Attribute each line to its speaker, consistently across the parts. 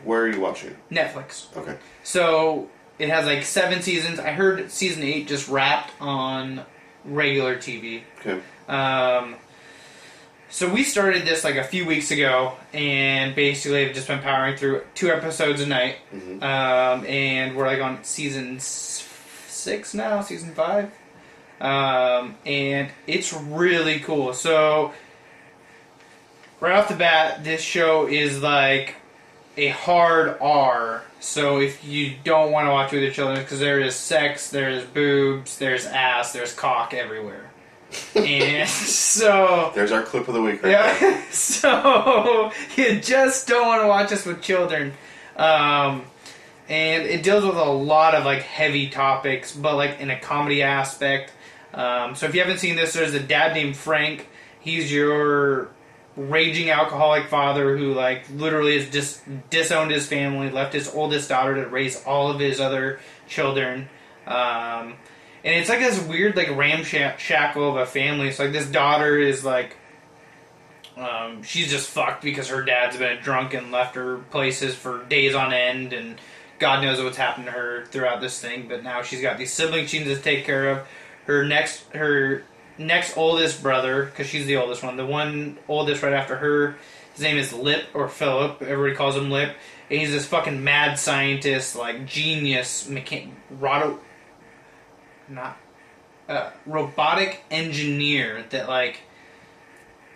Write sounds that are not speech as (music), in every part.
Speaker 1: Where are you watching? it?
Speaker 2: Netflix.
Speaker 1: Okay,
Speaker 2: So it has like seven seasons. I heard season eight just wrapped on regular TV.
Speaker 1: okay.
Speaker 2: Um, so we started this like a few weeks ago, and basically have just been powering through two episodes a night.
Speaker 1: Mhm.
Speaker 2: Um, and we're like on season s- six now, season five. Um, and it's really cool. So right off the bat, this show is like a hard R. So if you don't want to watch it with your children, because there is sex, there is boobs, there's ass, there's cock everywhere. and (laughs) so
Speaker 1: There's our clip of the week. Right
Speaker 2: (laughs)
Speaker 1: there.
Speaker 2: yeah. so you just don't want to watch this with children. Um, and it deals with a lot of like heavy topics, but like in a comedy aspect. Um, so if you haven't seen this, there's a dad named Frank. He's your raging alcoholic father who like literally has dis- disowned his family, left his oldest daughter to raise all of his other children. Um, and it's like this weird like ramshackle of a family. It's like this daughter is like um, she's just fucked because her dad's been drunk and left her places for days on end, and God knows what's happened to her throughout this thing. But now she's got these siblings she needs to take care of. Her next, her next oldest brother, because she's the oldest one, the one oldest right after her, his name is Lip or Philip. Everybody calls him Lip, and he's this fucking mad scientist, like genius, mechan- roto, not uh, robotic engineer that like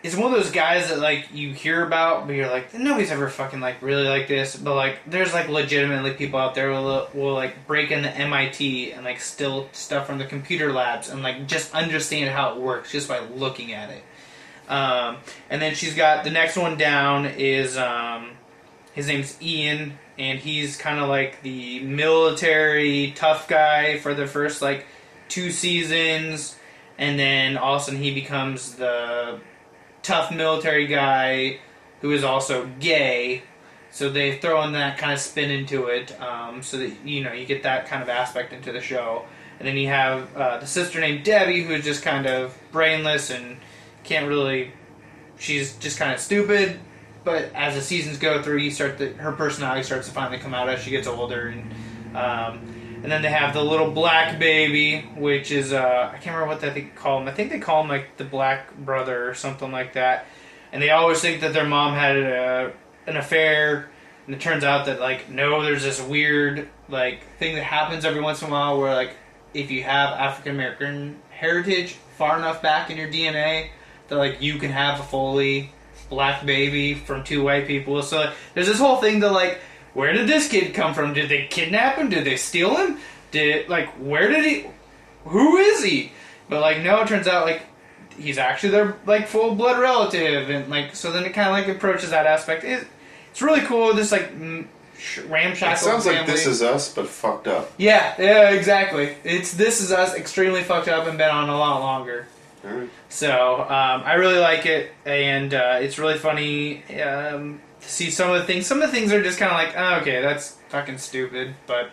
Speaker 2: is one of those guys that like you hear about, but you're like nobody's ever fucking like really like this. But like there's like legitimately people out there will, will like break into MIT and like steal stuff from the computer labs and like just understand how it works just by looking at it. Um, and then she's got the next one down is um, his name's Ian, and he's kind of like the military tough guy for the first like two seasons, and then all of a sudden he becomes the tough military guy who is also gay. So they throw in that kind of spin into it, um, so that you know you get that kind of aspect into the show. And then you have uh, the sister named Debbie, who is just kind of brainless and can't really. She's just kind of stupid. But as the seasons go through, you start the, her personality starts to finally come out as she gets older, and um, and then they have the little black baby, which is uh, I can't remember what that they call him. I think they call him like the black brother or something like that. And they always think that their mom had a, an affair, and it turns out that like no, there's this weird like thing that happens every once in a while where like if you have African American heritage far enough back in your DNA that like you can have a fully black baby from two white people. So like, there's this whole thing that like, where did this kid come from? Did they kidnap him? Did they steal him? Did like where did he? Who is he? But like no, it turns out like he's actually their like full blood relative, and like so then it kind of like approaches that aspect. It, it's really cool. This like m- sh- ramshackle.
Speaker 1: It sounds like
Speaker 2: family.
Speaker 1: this is us, but fucked up.
Speaker 2: Yeah, yeah, exactly. It's this is us extremely fucked up and been on a lot longer.
Speaker 1: All right.
Speaker 2: So um, I really like it, and uh, it's really funny um, to see some of the things. Some of the things are just kind of like, oh, okay, that's fucking stupid, but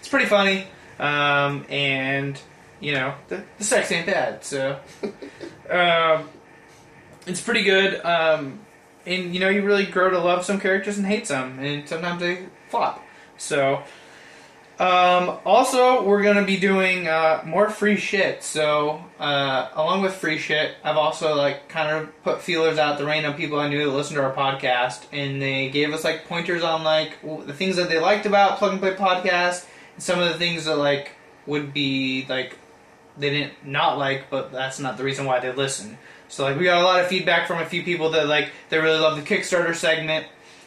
Speaker 2: it's pretty funny. Um, and you know, the, the sex ain't bad, so um, it's pretty good. Um, and you know, you really grow to love some characters and hate some, and sometimes they flop. So. Um, also, we're gonna be doing uh, more free shit. So, uh, along with free shit, I've also like kind of put feelers out the random people I knew that listened to our podcast, and they gave us like pointers on like w- the things that they liked about Plug and Play podcast, and some of the things that like would be like they didn't not like, but that's not the reason why they listen. So, like, we got a lot of feedback from a few people that like they really love the Kickstarter segment,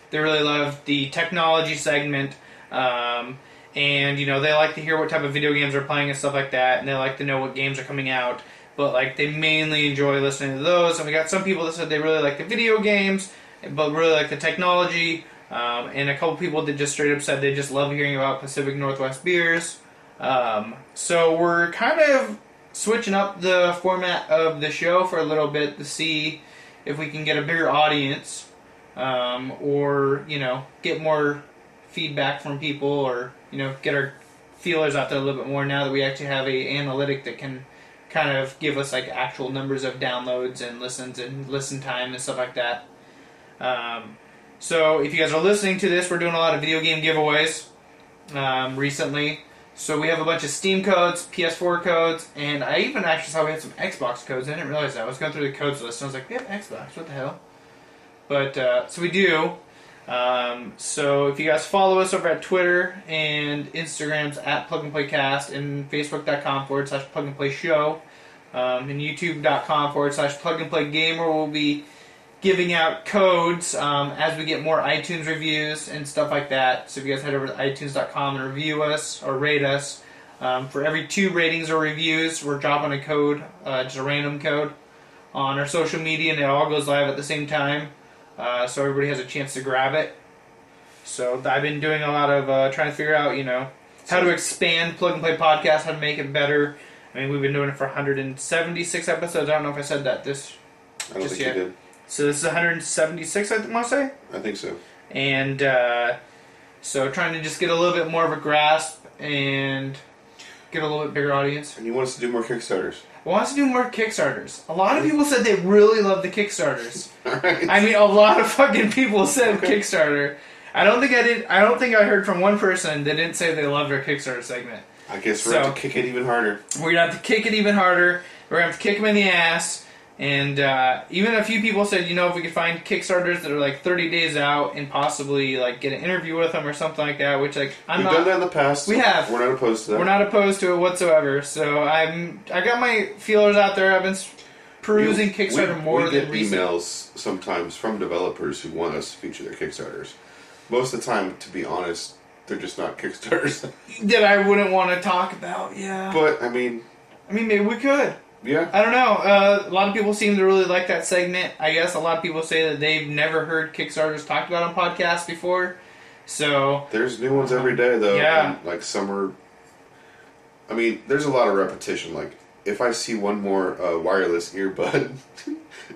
Speaker 2: they really love the technology segment. Um, and you know they like to hear what type of video games they're playing and stuff like that and they like to know what games are coming out but like they mainly enjoy listening to those and we got some people that said they really like the video games but really like the technology. Um, and a couple people that just straight up said they just love hearing about Pacific Northwest beers. Um, so we're kind of switching up the format of the show for a little bit to see if we can get a bigger audience um, or, you know, get more feedback from people or, you know, get our feelers out there a little bit more now that we actually have a analytic that can kind of give us like actual numbers of downloads and listens and listen time and stuff like that. Um, so if you guys are listening to this, we're doing a lot of video game giveaways um, recently. So we have a bunch of Steam codes, PS4 codes, and I even actually saw we had some Xbox codes. I didn't realize that. I was going through the codes list and I was like, we have Xbox. What the hell? But uh, so we do. Um, so if you guys follow us over at Twitter and Instagrams at Plug and Play Cast and Facebook.com forward slash Plug and Play Show um, and YouTube.com forward slash Plug and Play Gamer, we'll be giving out codes um, as we get more iTunes reviews and stuff like that. So if you guys head over to iTunes.com and review us or rate us, um, for every two ratings or reviews, we're dropping a code, uh, just a random code, on our social media, and it all goes live at the same time. Uh, so everybody has a chance to grab it. So I've been doing a lot of uh, trying to figure out, you know, how to expand Plug and Play Podcast, how to make it better. I mean, we've been doing it for 176 episodes. I don't know if I said that this
Speaker 1: I don't
Speaker 2: Just
Speaker 1: think
Speaker 2: yet.
Speaker 1: you did.
Speaker 2: so this is 176, I th- want to say.
Speaker 1: I think so.
Speaker 2: And uh, so trying to just get a little bit more of a grasp and get a little bit bigger audience.
Speaker 1: And you want us to do more Kickstarters? (laughs)
Speaker 2: I want us to do more Kickstarters. A lot of people said they really love the Kickstarters.
Speaker 1: All right.
Speaker 2: I mean, a lot of fucking people said Kickstarter. I don't think I did. I don't think I heard from one person that didn't say they loved our Kickstarter segment.
Speaker 1: I guess we're going
Speaker 2: So-
Speaker 1: to kick it even harder.
Speaker 2: We're gonna have to kick it even harder. We're gonna have to kick them in the ass. And uh, even a few people said, you know, if we could find Kickstarters that are like 30 days out and possibly like get an interview with them or something like that, which like I'm
Speaker 1: We've
Speaker 2: not.
Speaker 1: done that in the past.
Speaker 2: We have.
Speaker 1: We're not opposed to that.
Speaker 2: We're not opposed to it whatsoever. So I'm. I got my feelers out there. I've been s- perusing
Speaker 1: We-
Speaker 2: Kickstarter
Speaker 1: we,
Speaker 2: more
Speaker 1: we
Speaker 2: than
Speaker 1: get
Speaker 2: recent.
Speaker 1: emails sometimes from developers who want us to feature their Kickstarters. Most of the time, to be honest, they're just
Speaker 2: (laughs)
Speaker 1: not Kickstarters.
Speaker 2: that I wouldn't want to talk about. Yeah.
Speaker 1: but I mean,
Speaker 2: I mean, maybe we could.
Speaker 1: yeah,
Speaker 2: I don't know. Uh, a lot of people seem to really like that segment. I guess a lot of people say that they've never heard Kickstarters talked about on podcasts before. So
Speaker 1: there's new ones every day though.
Speaker 2: Yeah.
Speaker 1: and, like some are. I mean, there's a lot of repetition. Like if I see one more uh, wireless earbud, (laughs)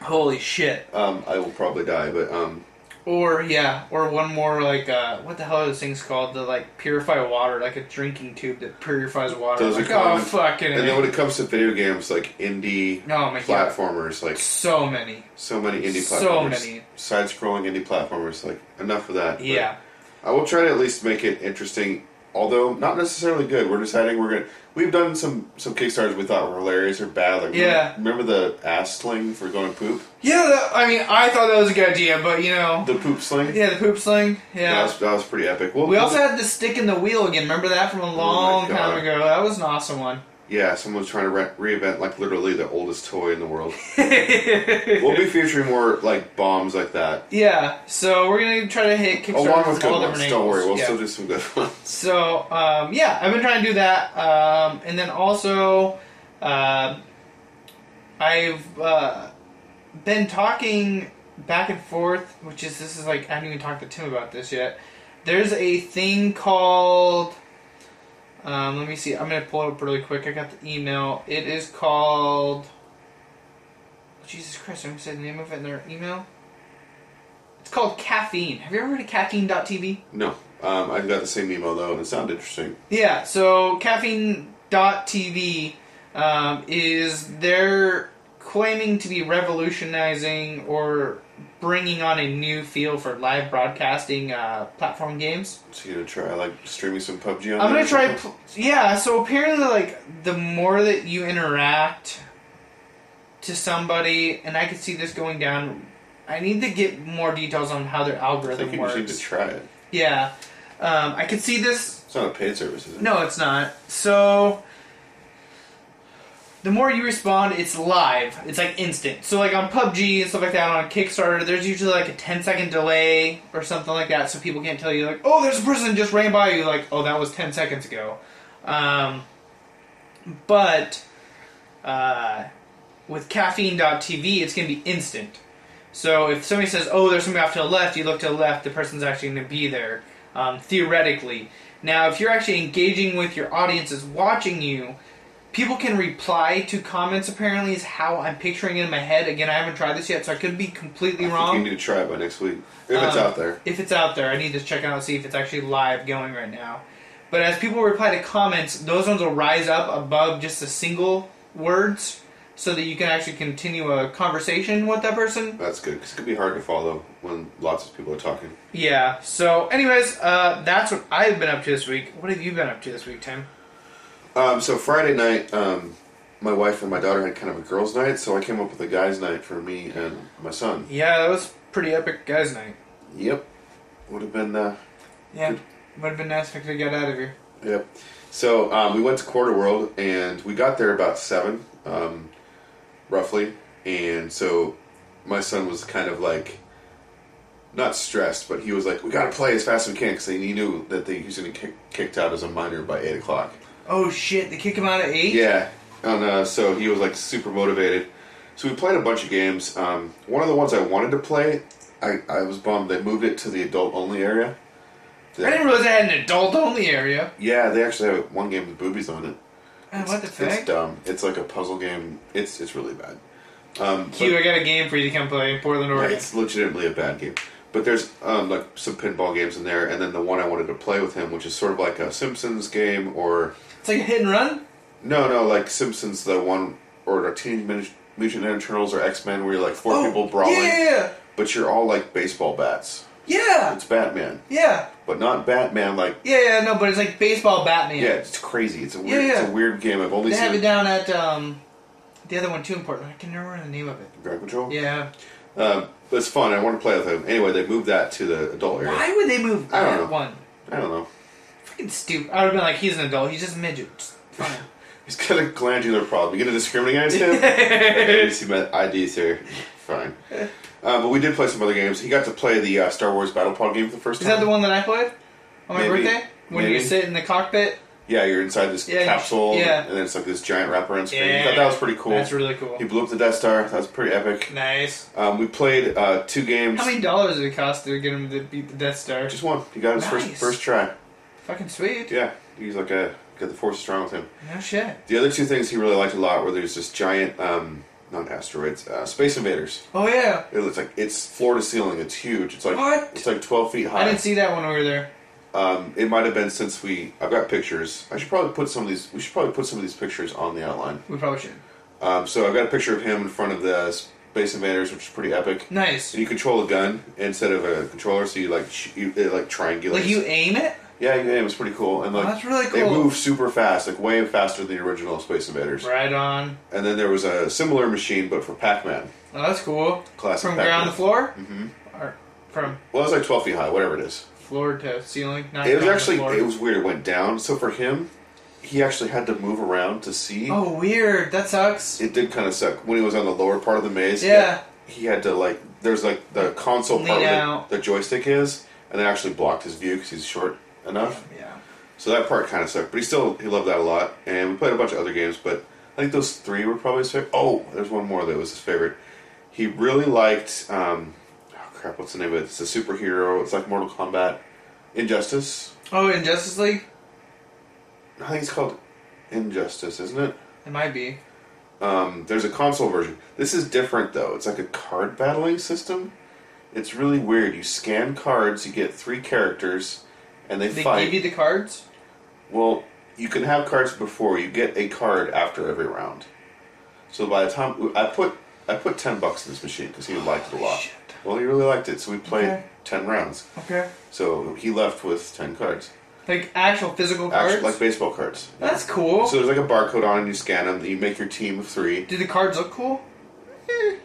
Speaker 2: holy shit.
Speaker 1: um, I will probably die. But um,
Speaker 2: Or yeah, or one more like uh, what the hell are those things called? The like purify water, like a drinking tube that purifies water.
Speaker 1: Those are
Speaker 2: like oh
Speaker 1: common.
Speaker 2: fucking.
Speaker 1: and then when it comes to video games, like indie
Speaker 2: Oh, my God.
Speaker 1: platformers, like
Speaker 2: so many.
Speaker 1: so many indie
Speaker 2: So
Speaker 1: platformers,
Speaker 2: many.
Speaker 1: side-scrolling indie platformers, like enough of that. but-
Speaker 2: Yeah.
Speaker 1: I will try to at least make it interesting, although not necessarily good. We're deciding we're gonna. We've done some some kickstarters we thought were hilarious or bad. Like
Speaker 2: Yeah.
Speaker 1: remember, remember the ass sling for going poop,
Speaker 2: Yeah, that, I mean, I thought that was a good idea, but you know,
Speaker 1: the poop sling.
Speaker 2: yeah, the poop sling.
Speaker 1: that
Speaker 2: Yeah.
Speaker 1: was, that was pretty epic. Well,
Speaker 2: we also had the stick in the wheel again. Remember that from a long time
Speaker 1: Oh God.
Speaker 2: ago? That was an awesome one.
Speaker 1: yeah, someone was trying to re- reinvent like literally the oldest toy in the
Speaker 2: (laughs)
Speaker 1: world. we'll be featuring more like bombs like that,
Speaker 2: Yeah, so we're gonna try to hit Kickstarter
Speaker 1: along with
Speaker 2: from all
Speaker 1: Oh,
Speaker 2: different
Speaker 1: good ones. Don't
Speaker 2: angles.
Speaker 1: worry, we'll
Speaker 2: yeah.
Speaker 1: still do some good ones. (laughs)
Speaker 2: So um, yeah, I've been trying to do that, um, and then also uh, I've uh, been talking back and forth, which is this is like I haven't even talked to Tim about this yet. There's a thing called. Um, let me see. I'm gonna pull it up really quick. I got the email. It is called. Jesus Christ! I'm gonna say the name of it in their email. It's called caffeine. Have you ever heard of caffeine.tv?
Speaker 1: No, um, I've got the same email though, and it sounded interesting.
Speaker 2: Yeah, so caffeine.tv um, is they're claiming to be revolutionizing or bringing on a new field for live broadcasting uh, platform games.
Speaker 1: So you gonna try like streaming some PUBG on?
Speaker 2: I'm gonna
Speaker 1: there or
Speaker 2: try.
Speaker 1: something?
Speaker 2: Pl- yeah, so apparently, like the more that you interact to somebody, and I could see this going down. I need to get more details on how their
Speaker 1: I think
Speaker 2: algorithm
Speaker 1: you just need to
Speaker 2: works.
Speaker 1: try it.
Speaker 2: Yeah, um, I could see this
Speaker 1: It's not a paid service, is it?
Speaker 2: No, it's not. So the more you respond, it's live. It's like instant. So like on PUBG and stuff like that on Kickstarter, there's usually like a 10 second delay or something like that, so people can't tell you like, oh, there's a person just ran by you, like, oh, that was 10 seconds ago. Um, but uh, with caffeine.tv, it's gonna be instant. So if somebody says, "Oh, there's somebody off to the left," you look to the left. The person's actually going to be there, um, theoretically. Now, if you're actually engaging with your audience is watching you, people can reply to comments. Apparently, is how I'm picturing it in my head. Again, I haven't tried this yet, so I could be completely wrong.
Speaker 1: You need to try it by next week if it's
Speaker 2: Um,
Speaker 1: out there.
Speaker 2: If it's out there, I need to check it out and see if it's actually live going right now. But as people reply to comments, those ones will rise up above just the single words, so that you can actually continue a conversation with that person.
Speaker 1: That's good because it could be hard to follow when lots of people are talking.
Speaker 2: Yeah. So, anyways, uh, that's what I've been up to this week. What have you been up to this week, Tim?
Speaker 1: Um, so Friday night, um, my wife and my daughter had kind of a girls' night, so I came up with a guys' night for me and my son.
Speaker 2: Yeah, that was pretty epic, guys' night.
Speaker 1: Yep, would have been. Uh,
Speaker 2: Yeah, would have been nice if I could have got out of here.
Speaker 1: Yep. So um, we went to Quarter World, and we got there about seven, um, roughly. And so my son was kind of like, not stressed, but he was like, "We got to play as fast as we can," because he knew that they, he was going to get kicked out as a minor by eight o'clock.
Speaker 2: Oh shit! They kick him out at eight.
Speaker 1: Yeah, and uh, so he was like super motivated. So we played a bunch of games. Um, one of the ones I wanted to play, I, I was bummed they moved it to the adult only area.
Speaker 2: I didn't realize I had an adult-only area.
Speaker 1: Yeah, they actually have one game with boobies on it.
Speaker 2: Ah, what the
Speaker 1: It's
Speaker 2: fuck?
Speaker 1: dumb. It's like a puzzle game. It's it's really bad. Um,
Speaker 2: Q, I got a game for you to come play in Portland,
Speaker 1: but
Speaker 2: Oregon.
Speaker 1: it's legitimately a bad game. But there's um, like some pinball games in there, and then the one I wanted to play with him, which is sort of like a Simpsons game, or
Speaker 2: It's like a hit and run.
Speaker 1: no, no, like Simpsons the one, or the Teenage Mutant- Mutant Ninja Turtles or X Men, where you're like four people brawling,
Speaker 2: Oh, Yeah,
Speaker 1: but you're all like baseball bats.
Speaker 2: yeah,
Speaker 1: It's Batman,
Speaker 2: yeah,
Speaker 1: but not Batman. Like
Speaker 2: yeah, yeah. No, but it's like baseball Batman.
Speaker 1: yeah, it's crazy. It's a weird,
Speaker 2: Yeah, yeah.
Speaker 1: it's a weird game. I've only
Speaker 2: they have
Speaker 1: seen
Speaker 2: it down at um, the other one too. Important. I can never remember the name of it.
Speaker 1: Ground Control.
Speaker 2: Yeah.
Speaker 1: Um, but it's fun. I want to play with him. Anyway, they moved that to the adult area.
Speaker 2: Why would they move
Speaker 1: I don't
Speaker 2: that
Speaker 1: know.
Speaker 2: one?
Speaker 1: I don't know.
Speaker 2: Freaking stupid. I would have been like, he's an adult. He's just a midget. Just Fine.
Speaker 1: He's got a glandular problem. You gonna discriminate against him?
Speaker 2: (laughs)
Speaker 1: I see my ID, sir. Fine. Uh, but we did play some other games. He got to play the uh, Star Wars Battle Pod game for the first
Speaker 2: Is
Speaker 1: time.
Speaker 2: that the one that I played on my
Speaker 1: Maybe.
Speaker 2: birthday? When you
Speaker 1: Maybe.
Speaker 2: sit in the cockpit.
Speaker 1: Yeah, you're inside this
Speaker 2: Yeah, you-
Speaker 1: capsule,
Speaker 2: yeah.
Speaker 1: and then it's like this giant wraparound screen.
Speaker 2: Yeah.
Speaker 1: I thought that was pretty cool.
Speaker 2: That's really cool.
Speaker 1: he blew up the Death Star. That was pretty epic.
Speaker 2: Nice.
Speaker 1: Um, we played uh, two games.
Speaker 2: How many dollars did it cost to get him to beat the Death Star?
Speaker 1: Just one. He got his
Speaker 2: Nice.
Speaker 1: first first try.
Speaker 2: fucking sweet.
Speaker 1: Yeah, he's like a got the force strong with him.
Speaker 2: No shit.
Speaker 1: The other two things he really liked a lot were there's this giant, um, not asteroids, uh, space invaders.
Speaker 2: Oh yeah.
Speaker 1: It looks like it's floor to ceiling. It's huge. It's like
Speaker 2: What?
Speaker 1: it's like twelve feet high.
Speaker 2: I didn't see that when we were there.
Speaker 1: Um, it might have been since we. I've got pictures. I should probably put some of these. We should probably put some of these pictures on the outline.
Speaker 2: We probably should.
Speaker 1: Um, so I've got a picture of him in front of the space invaders, which is pretty epic.
Speaker 2: Nice.
Speaker 1: And you control a gun instead of a controller, so you like sh- you, it like triangulates.
Speaker 2: Like you aim it?
Speaker 1: yeah, you aim. It's pretty cool. And like
Speaker 2: that's really
Speaker 1: They
Speaker 2: cool.
Speaker 1: move super fast, like way faster than the original space invaders.
Speaker 2: Right on.
Speaker 1: And then there was a similar machine, but for Pac-Man.
Speaker 2: Oh, that's cool.
Speaker 1: Classic
Speaker 2: From
Speaker 1: Pac-Man.
Speaker 2: ground to floor? Mm-hmm. Or from
Speaker 1: Well, it was like twelve feet high, whatever it is.
Speaker 2: floor to ceiling? Not
Speaker 1: It
Speaker 2: ground
Speaker 1: was
Speaker 2: to
Speaker 1: actually
Speaker 2: floor.
Speaker 1: it was weird. It went down. So for him, he actually had to move around to see.
Speaker 2: Oh, weird. That sucks.
Speaker 1: It did kind of suck when he was on the lower part of the maze. he
Speaker 2: Yeah.
Speaker 1: had- He had to like there's like the console part
Speaker 2: Lean
Speaker 1: where
Speaker 2: out.
Speaker 1: the, the joystick is, and that actually blocked his view because he's short enough.
Speaker 2: Yeah.
Speaker 1: So that part kind of sucked. But he still he loved that a lot. And we played a bunch of other games, but I think those three were probably his favorite. Oh, there's one more that was his favorite. He really liked. Um, oh crap, what's the name of it? It's a superhero. It's like Mortal Kombat, Injustice.
Speaker 2: Oh, in Justice League?
Speaker 1: I think it's called Injustice, isn't it?
Speaker 2: It might be.
Speaker 1: Um, there's a console version. This is different though. It's like a card battling system. It's really weird. You scan cards, you get three characters, and they,
Speaker 2: They
Speaker 1: fight.
Speaker 2: give you the cards?
Speaker 1: well, you can have cards before. You get a card after every round. So by the time I put I put ten bucks in this machine because he liked it a lot.
Speaker 2: shit.
Speaker 1: Well, he really liked it, so we played
Speaker 2: Okay.
Speaker 1: ten rounds.
Speaker 2: Okay.
Speaker 1: So he left with ten cards,
Speaker 2: Like actual physical cards?
Speaker 1: Actually, like baseball cards.
Speaker 2: that's cool.
Speaker 1: So there's like a barcode on, and you scan them. You make your team of three.
Speaker 2: Do the cards look cool?
Speaker 1: They're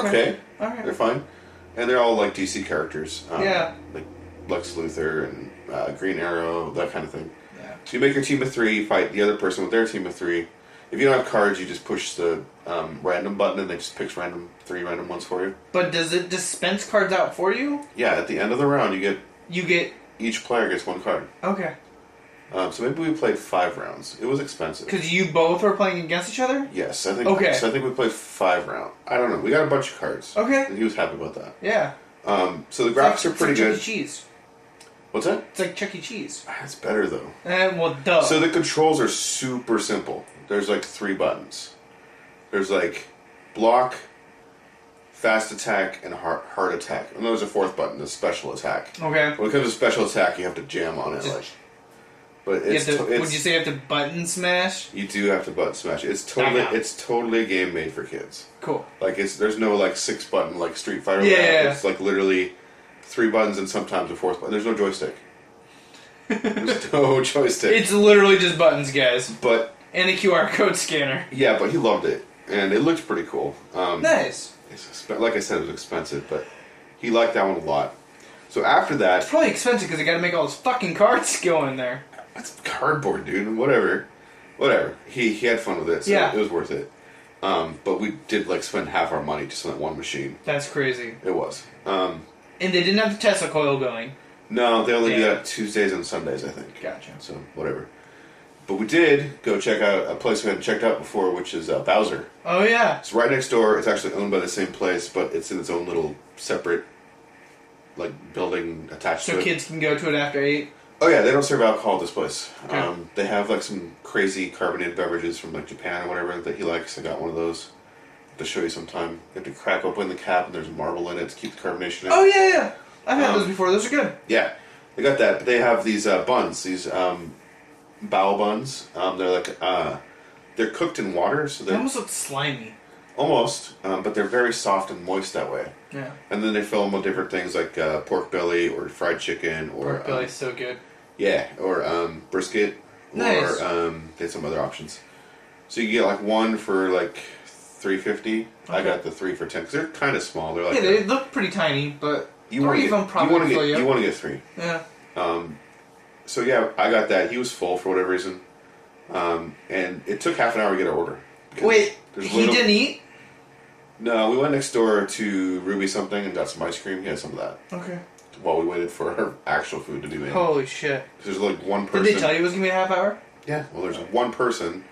Speaker 2: Okay.
Speaker 1: okay.
Speaker 2: Alright.
Speaker 1: They're fine. And they're all like DC characters. Um,
Speaker 2: Yeah.
Speaker 1: Like Lex Luthor and uh, Green Arrow, that kind of thing.
Speaker 2: Yeah.
Speaker 1: So you make your team of three, you fight the other person with their team of three. If you don't have cards, you just push the um, random button and it just picks random three random ones for you.
Speaker 2: But does it dispense cards out for you?
Speaker 1: Yeah, at the end of the round, you get
Speaker 2: You get.
Speaker 1: each player gets one card.
Speaker 2: Okay.
Speaker 1: Um, so maybe we played five rounds. It was expensive.
Speaker 2: Because you both were playing against each other?
Speaker 1: Yes, I think.
Speaker 2: Okay.
Speaker 1: So I think we played five round. I don't know. We got a bunch of cards.
Speaker 2: Okay.
Speaker 1: And he was happy about that.
Speaker 2: Yeah.
Speaker 1: Um, so the
Speaker 2: It's
Speaker 1: graphics
Speaker 2: like-
Speaker 1: are pretty
Speaker 2: it's like Chuck
Speaker 1: good.
Speaker 2: E. Cheese.
Speaker 1: What's that?
Speaker 2: It's like Chuck E. Cheese.
Speaker 1: Ah, It's better though.
Speaker 2: Eh, well, duh.
Speaker 1: So the controls are super simple. There's like three buttons. There's like block, fast attack, and heart heart attack. And there's a fourth button, the special attack.
Speaker 2: okay.
Speaker 1: When it comes to special attack, you have to jam on it.
Speaker 2: Just-
Speaker 1: Like, but
Speaker 2: You
Speaker 1: it's,
Speaker 2: have to,
Speaker 1: to- it's
Speaker 2: would you say you have to button smash?
Speaker 1: you do have to button smash. it. It's totally
Speaker 2: Knock out.
Speaker 1: it's totally a game made for kids.
Speaker 2: Cool.
Speaker 1: Like it's there's no like six button like Street Fighter.
Speaker 2: Yeah, yeah, yeah.
Speaker 1: It's like literally three buttons and sometimes a fourth button. There's no
Speaker 2: (laughs)
Speaker 1: joystick. there's no (laughs) joystick.
Speaker 2: It's literally just buttons, guys.
Speaker 1: but
Speaker 2: And a QR code scanner.
Speaker 1: Yeah, but he loved it, and it looked pretty cool. Um,
Speaker 2: Nice.
Speaker 1: it's exp- like I said, it was expensive, but he liked that one a lot. So after that,
Speaker 2: Probably expensive because I gotta make all those fucking cards (laughs) go in there.
Speaker 1: that's cardboard, dude. Whatever, whatever. He he had fun with it. So
Speaker 2: Yeah.
Speaker 1: it was worth it. Um, but we did like spend half our money just on that one machine.
Speaker 2: That's crazy.
Speaker 1: It was. Um,
Speaker 2: And they didn't have the Tesla coil going.
Speaker 1: no, they only do
Speaker 2: Yeah.
Speaker 1: that Tuesdays and Sundays, I think.
Speaker 2: Gotcha.
Speaker 1: So whatever. But we did go check out a place we hadn't checked out before, which is uh, Bowser.
Speaker 2: Oh yeah.
Speaker 1: It's right next door. It's actually owned by the same place, but it's in its own little separate, like building attached to
Speaker 2: So
Speaker 1: it.
Speaker 2: kids can go to it after eight.
Speaker 1: Oh yeah, they don't serve alcohol at this place.
Speaker 2: Okay.
Speaker 1: Um, they have like some crazy carbonated beverages from like Japan or whatever that he likes. I got one of those to show you sometime. You have to crack open the cap and there's marble in it to keep the carbonation. in.
Speaker 2: Oh yeah, yeah. I've had
Speaker 1: Um,
Speaker 2: those before. Those are good.
Speaker 1: Yeah, they got that. They have these uh, buns, these um, bao buns. Um, they're like uh, they're cooked in water, so
Speaker 2: They
Speaker 1: they're
Speaker 2: almost
Speaker 1: almost,
Speaker 2: look slimy.
Speaker 1: um, but they're very soft and moist that way.
Speaker 2: Yeah.
Speaker 1: And then they fill them with different things like uh, pork belly or fried chicken or
Speaker 2: Pork belly's
Speaker 1: um,
Speaker 2: so good.
Speaker 1: yeah, or um, brisket
Speaker 2: Nice.
Speaker 1: or um, they had some other options. So you get like one for like three fifty. I
Speaker 2: Okay.
Speaker 1: got the three for ten because they're kind of small. They're like
Speaker 2: Yeah, they
Speaker 1: uh,
Speaker 2: look pretty tiny, but
Speaker 1: you
Speaker 2: three
Speaker 1: want
Speaker 2: of them
Speaker 1: to
Speaker 2: probably
Speaker 1: you want to
Speaker 2: fill
Speaker 1: get
Speaker 2: you up.
Speaker 1: you want to get three.
Speaker 2: yeah.
Speaker 1: Um, so yeah, I got that. He was full for whatever reason, um, and it took half an hour to get our order. because
Speaker 2: Wait,
Speaker 1: there's
Speaker 2: he
Speaker 1: little-
Speaker 2: didn't eat.
Speaker 1: No, we went next door to Ruby something and got some ice cream. He had some of that
Speaker 2: Okay.
Speaker 1: while we waited for our actual food to be made.
Speaker 2: Holy shit!
Speaker 1: There's like one person.
Speaker 2: Did they tell you it was gonna be a half hour?
Speaker 1: Yeah. Well, there's one person,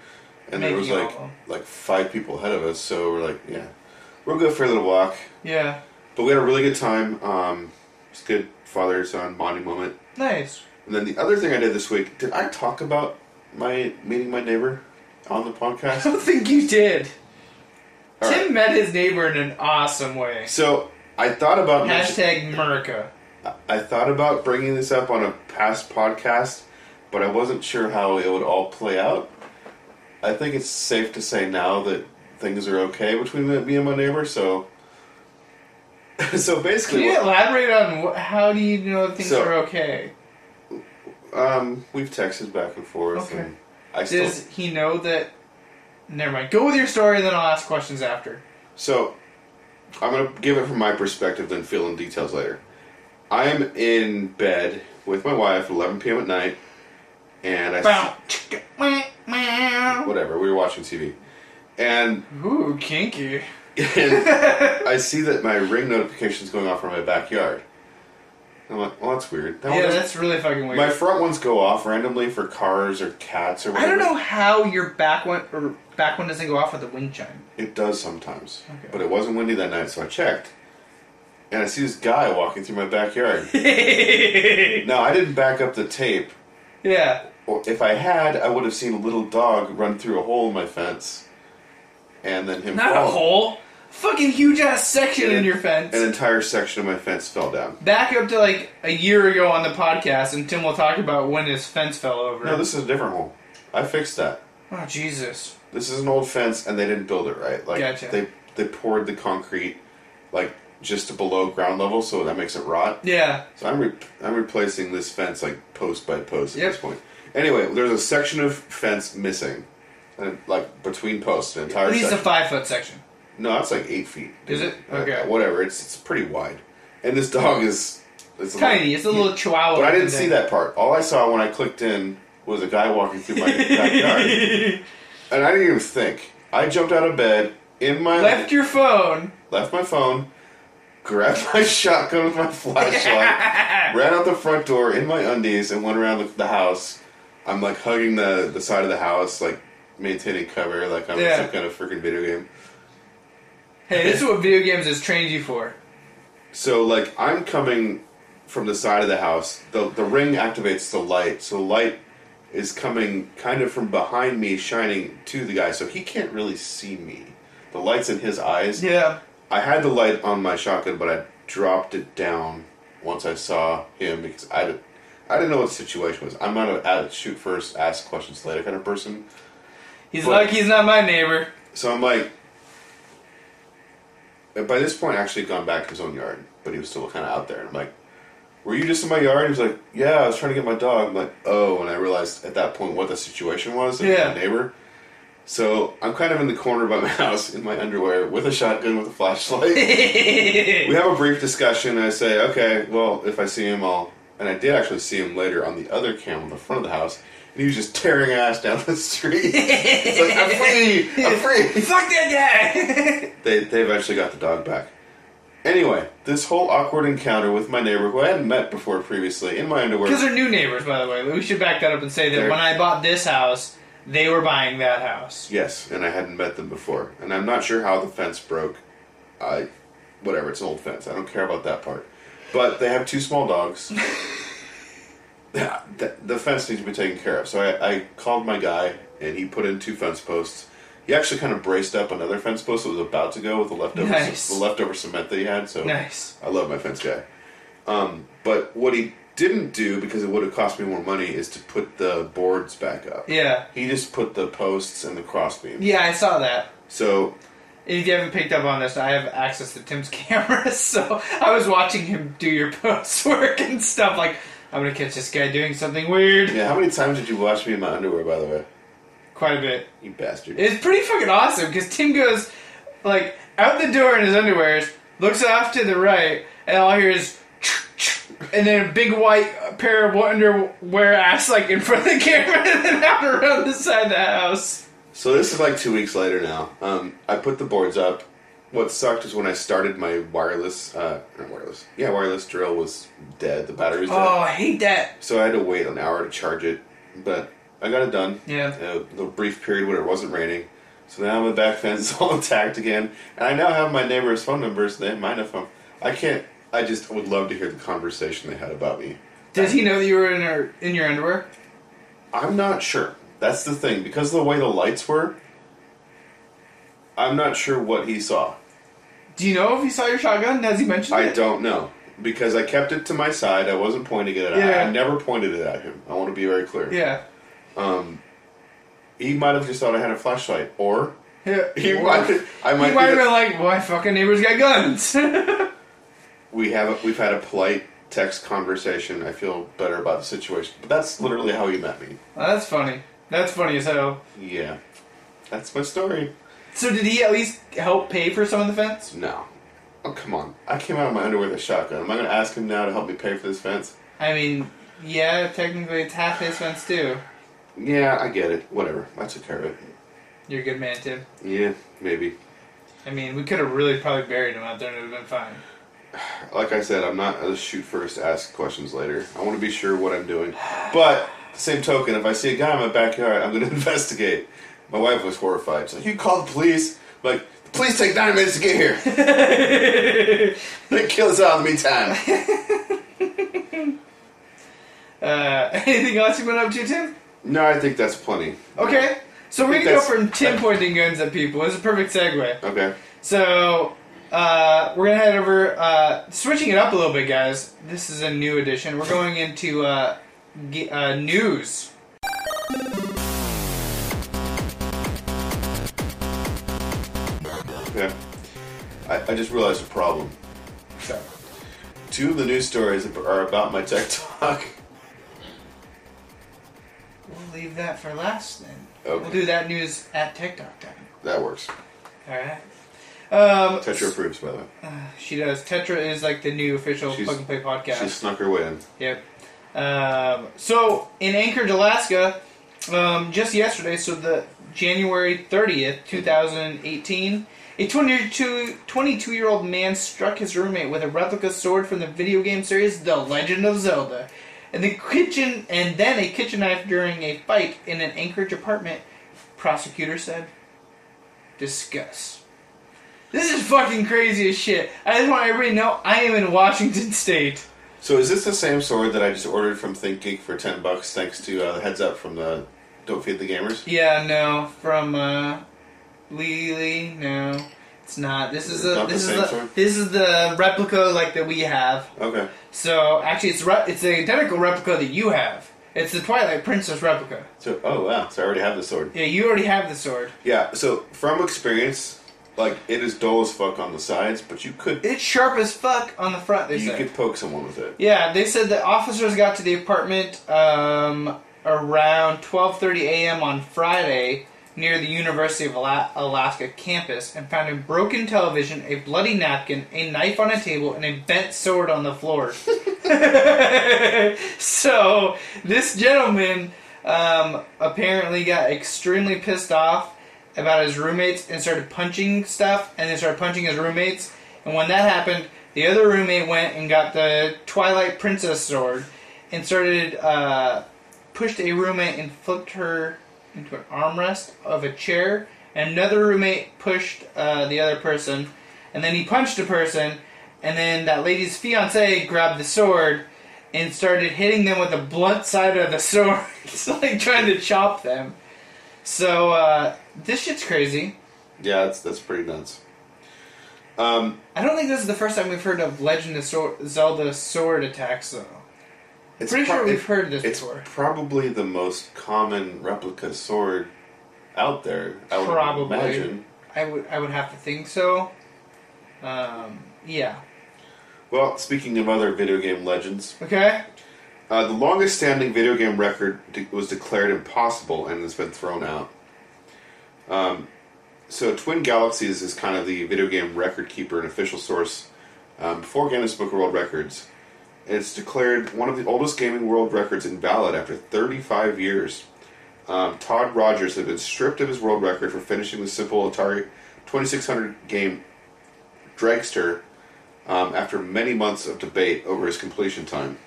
Speaker 1: and there
Speaker 2: Making
Speaker 1: was
Speaker 2: all
Speaker 1: like
Speaker 2: of them.
Speaker 1: like five people ahead of us. So we're like, yeah, we'll go for a little walk.
Speaker 2: Yeah.
Speaker 1: But we had a really good time. Um, it's a good father son bonding moment.
Speaker 2: Nice.
Speaker 1: And then the other thing I did this week, did I talk about my meeting my neighbor on the
Speaker 2: (laughs) I
Speaker 1: podcast?
Speaker 2: don't think you did.
Speaker 1: All
Speaker 2: Tim
Speaker 1: right.
Speaker 2: met his neighbor in an awesome way.
Speaker 1: So I thought about
Speaker 2: Hashtag America.
Speaker 1: I thought about bringing this up on a past podcast, but I wasn't sure how it would all play out. I think it's safe to say now that things are okay between me and my neighbor. So, (laughs) so
Speaker 2: Can
Speaker 1: basically,
Speaker 2: you elaborate on wh- how do you know things
Speaker 1: So-
Speaker 2: are okay?
Speaker 1: um, we've texted back and forth,
Speaker 2: Okay.
Speaker 1: and I still
Speaker 2: Does he know that? Never mind. Go with your story, and then I'll ask questions after.
Speaker 1: So, I'm going to give it from my perspective, then fill in details later. I'm in bed with my wife at 11 p.m. at night, and I.
Speaker 2: Bow, chicka, meow, meow.
Speaker 1: Whatever, we were watching TV. And,
Speaker 2: Ooh, kinky.
Speaker 1: and
Speaker 2: (laughs)
Speaker 1: I see that my ring notification's going off from my backyard. I'm like, well, that's weird. That one
Speaker 2: Yeah,
Speaker 1: doesn't-
Speaker 2: that's really fucking weird.
Speaker 1: my front ones go off randomly for cars or cats or
Speaker 2: I
Speaker 1: whatever.
Speaker 2: don't know how your back one or back one doesn't go off with the wind
Speaker 1: (laughs)
Speaker 2: chime.
Speaker 1: It does sometimes.
Speaker 2: Okay.
Speaker 1: But it wasn't windy that night, so I checked. And I see this guy walking through
Speaker 2: (laughs)
Speaker 1: my backyard.
Speaker 2: yeah.
Speaker 1: now, I didn't back up the tape. Or if I had, I would have seen a little dog run through a hole in my fence, and then him
Speaker 2: Not
Speaker 1: fall.
Speaker 2: a hole. Fucking huge ass section in
Speaker 1: And-
Speaker 2: your fence.
Speaker 1: An entire section of my fence fell down.
Speaker 2: Back up to like a year ago on the podcast, and Tim will talk about when his fence fell over.
Speaker 1: No, this is a different hole. I fixed that.
Speaker 2: oh Jesus!
Speaker 1: This is an old fence, and they didn't build it right. Like
Speaker 2: Gotcha.
Speaker 1: they they poured the concrete like just to below ground level, so that makes it rot.
Speaker 2: Yeah,
Speaker 1: So I'm re- I'm replacing this fence like post by post at
Speaker 2: Yep.
Speaker 1: this point. Anyway, there's a section of fence missing, and like between posts, an entire
Speaker 2: at least
Speaker 1: section.
Speaker 2: a five foot section.
Speaker 1: No, that's like eight feet.
Speaker 2: Is it?
Speaker 1: Uh,
Speaker 2: Okay.
Speaker 1: whatever. It's it's pretty wide, and this dog is it's a
Speaker 2: Tiny.
Speaker 1: little-
Speaker 2: It's a little chihuahua.
Speaker 1: But I didn't
Speaker 2: thing.
Speaker 1: see that part. All I saw when I clicked in was a guy walking through my backyard,
Speaker 2: (laughs)
Speaker 1: and I didn't even think. I jumped out of bed in my
Speaker 2: Left your phone.
Speaker 1: left my phone, grabbed my (laughs)
Speaker 2: (laughs)
Speaker 1: shotgun with my flashlight, ran out the front door in my undies, and went around the, the house. I'm like hugging the the side of the house, like maintaining cover, like I'm in
Speaker 2: Yeah.
Speaker 1: some kind of freaking video game.
Speaker 2: Hey,
Speaker 1: (laughs)
Speaker 2: this is what video games has trained you for.
Speaker 1: So like I'm coming from the side of the house. The the ring activates the light. So the light is coming kind of from behind me, shining to the guy, so he can't really see me. The light's in his eyes.
Speaker 2: Yeah.
Speaker 1: I had the light on my shotgun, but I dropped it down once I saw him because I didn't, I didn't know what the situation was. I'm not a at it, shoot first, ask questions later kind of person.
Speaker 2: He's
Speaker 1: But-
Speaker 2: like he's not my neighbor.
Speaker 1: So I'm like, and by this point, I actually had gone back to his own yard, but he was still kind of out there. And I'm like, were you just in my yard? He was like, yeah, I was trying to get my dog. I'm like, oh, and I realized at that point what the situation was and
Speaker 2: Yeah.
Speaker 1: my neighbor. So I'm kind of in the corner by my (laughs) house in my underwear with a shotgun with a flashlight. We
Speaker 2: yeah.
Speaker 1: have a brief discussion. And I say, okay, well, if I see him, I'll. And I did actually see him later on the other camera in the front of the house, and he was just tearing ass down the (laughs) street. it's like, I'm free! I'm free!
Speaker 2: Fuck that guy. (laughs)
Speaker 1: They, they eventually got the dog back. Anyway, this whole awkward encounter with my neighbor, who I hadn't met before previously, in my underwear.
Speaker 2: Because they're new neighbors, by the way. We should back that up and say that
Speaker 1: They're-
Speaker 2: when I bought this house, they were buying that house.
Speaker 1: Yes, and I hadn't met them before, and I'm not sure how the fence broke. I, whatever, it's an old fence. I don't care about that part. But they have two
Speaker 2: (laughs)
Speaker 1: small dogs. the, the- the fence needs to be taken care of. So I, I called my guy, and he put in two fence posts. He actually kind of braced up another fence post that was about to go with the leftover
Speaker 2: Nice.
Speaker 1: the leftover cement that he had. So
Speaker 2: Nice.
Speaker 1: I love my fence guy. Um, but what he didn't do because it would have cost me more money is to put the boards back up.
Speaker 2: Yeah.
Speaker 1: He just put the posts and the crossbeams.
Speaker 2: Yeah, I saw that.
Speaker 1: So
Speaker 2: If you haven't picked up on this, I have access to Tim's (laughs) camera, so I was watching him do your (laughs) post work and stuff. Like, I'm gonna catch this guy doing something weird.
Speaker 1: yeah, how many times did you watch me in my underwear? By the way,
Speaker 2: Quite a bit.
Speaker 1: you bastard.
Speaker 2: It's pretty fucking awesome because Tim goes like out the door in his underwears, looks off to the right, and all I hear is (laughs) and then a big white pair of underwear ass like in front of the (laughs) camera and then out around the side of the house.
Speaker 1: so this is like two weeks later now. Um, I put the boards up. What sucked is when I started my wireless, uh, not wireless, yeah, wireless drill was dead. The battery's dead.
Speaker 2: Oh, I hate that.
Speaker 1: So I had to wait an hour to charge it, but I got it done.
Speaker 2: Yeah.
Speaker 1: Uh, the brief period when it wasn't raining. So now my back (laughs) fence is all intact again, and I now have my neighbor's phone numbers. They have mine if I'm. I can't. I just would love to hear the conversation they had about me.
Speaker 2: Does he know that you were in her, in your underwear?
Speaker 1: I'm not sure. That's the thing because of the way the lights were. I'm not sure what he saw.
Speaker 2: Do you know if he saw your shotgun? Has he mentioned
Speaker 1: I
Speaker 2: it?
Speaker 1: don't know because I kept it to my side. I wasn't pointing it at. him.
Speaker 2: Yeah.
Speaker 1: I never pointed it at him. I want to be very clear.
Speaker 2: Yeah.
Speaker 1: He might have just thought I had a flashlight, or
Speaker 2: Yeah.
Speaker 1: He
Speaker 2: Or-
Speaker 1: might. I
Speaker 2: He might
Speaker 1: might. be
Speaker 2: have
Speaker 1: the-
Speaker 2: been like, "Why fucking neighbors got guns?" (laughs)
Speaker 1: we have. We've had a polite text conversation. I feel better about the situation. But that's literally how he met me.
Speaker 2: That's funny. That's funny as hell.
Speaker 1: Yeah, that's my story.
Speaker 2: So did he at least help pay for some of the fence?
Speaker 1: No, oh come on. I came out of my underwear with a shotgun. Am I going to ask him now to help me pay for this fence?
Speaker 2: I mean, yeah, technically it's half his fence too.
Speaker 1: Yeah, I get it. Whatever. I took care of it.
Speaker 2: You're a good man, Tim.
Speaker 1: Yeah, maybe.
Speaker 2: I mean, we could have really probably buried him out there and it would have been fine.
Speaker 1: Like I said, I'm not a shoot first, ask questions later. I want to be sure what I'm doing. But same token, if I see a guy in my backyard, I'm going to (laughs) investigate. My wife was horrified. She's like, "You call the police?" I'm like, the police take nine minutes to get here. they kill us out in the meantime.
Speaker 2: Uh, (laughs) anything else you went up to, Tim?
Speaker 1: No, I think that's plenty.
Speaker 2: Okay. So we're
Speaker 1: think
Speaker 2: gonna go
Speaker 1: that's-
Speaker 2: from Tim pointing guns at people. It's a perfect segue.
Speaker 1: Okay.
Speaker 2: So uh, we're gonna head over, uh, switching it up a little bit, guys. This is a new edition. We're going into uh, ge- uh, news.
Speaker 1: Yeah. I, I just realized a problem. Two of the news stories are about my tech talk.
Speaker 2: We'll leave that for last then.
Speaker 1: Okay.
Speaker 2: We'll do that news at TikTok time.
Speaker 1: That works.
Speaker 2: All right. Um,
Speaker 1: Tetra approves, by the way.
Speaker 2: she does. Tetra is like the new official
Speaker 1: She's-
Speaker 2: Plug and Play podcast.
Speaker 1: She snuck her way in.
Speaker 2: Yep. Um, so in Anchorage, Alaska, um, just yesterday, so the January 30th, 2018, a 22 22 year old man struck his roommate with a replica sword from the video game series The Legend of Zelda. and the kitchen, and then a kitchen knife during a fight in an Anchorage apartment. Prosecutor said, "Discuss." This is fucking crazy as shit. I just want everybody to know I am in Washington State.
Speaker 1: So is this the same sword that I just ordered from Think Geek for ten bucks, thanks to uh, the heads up from the Don't Feed the Gamers?
Speaker 2: Yeah, no, from uh, Lily, no, it's not. This is a
Speaker 1: Not the
Speaker 2: this
Speaker 1: same
Speaker 2: is a,
Speaker 1: sword?
Speaker 2: this is the replica like that we have.
Speaker 1: Okay.
Speaker 2: So actually, it's re- it's the identical replica that you have. It's the Twilight Princess replica.
Speaker 1: So oh wow, so I already have the sword.
Speaker 2: Yeah, you already have the sword.
Speaker 1: Yeah. So from experience, like it is dull as fuck on the sides, but you could
Speaker 2: It's sharp as fuck on the front. They
Speaker 1: you
Speaker 2: said.
Speaker 1: could poke someone with it.
Speaker 2: Yeah, they said that officers got to the apartment um, around 12:30 a.m. on Friday near the University of Ala- Alaska campus and found a broken television, a bloody napkin, a knife on a table, and a bent sword on the floor. (laughs) so this gentleman um, apparently got extremely pissed off about his roommates and started punching stuff and then started punching his roommates and when that happened the other roommate went and got the twilight princess sword and started uh, pushed a roommate and flipped her into an armrest of a chair another roommate pushed uh, the other person and then he punched a person and then that lady's fiance grabbed the sword and started hitting them with the blunt side of the (laughs) sword it's like trying to chop them so uh, this shit's crazy.
Speaker 1: Yeah, that's that's pretty nuts. Um,
Speaker 2: I don't think this is the first time we've heard of Legend of Sor- Zelda sword attacks, though.
Speaker 1: it's
Speaker 2: Pretty
Speaker 1: pro-
Speaker 2: sure we've
Speaker 1: it-
Speaker 2: heard this
Speaker 1: It's
Speaker 2: before.
Speaker 1: probably the most common replica sword out there. I would
Speaker 2: Probably.
Speaker 1: imagine.
Speaker 2: I would I would have to think so. Um, yeah.
Speaker 1: Well, speaking of other video game legends,
Speaker 2: Okay.
Speaker 1: uh, the longest-standing video game record de- was declared impossible and has been thrown out. Um, so, Twin Galaxies is kind of the video game record keeper and official source um, for Guinness Book of World Records. It's declared one of the oldest gaming world records invalid after 35 years. Um, Todd Rogers had been stripped of his world record for finishing the simple Atari 2600 game Dragster um, after many months of debate over his completion time.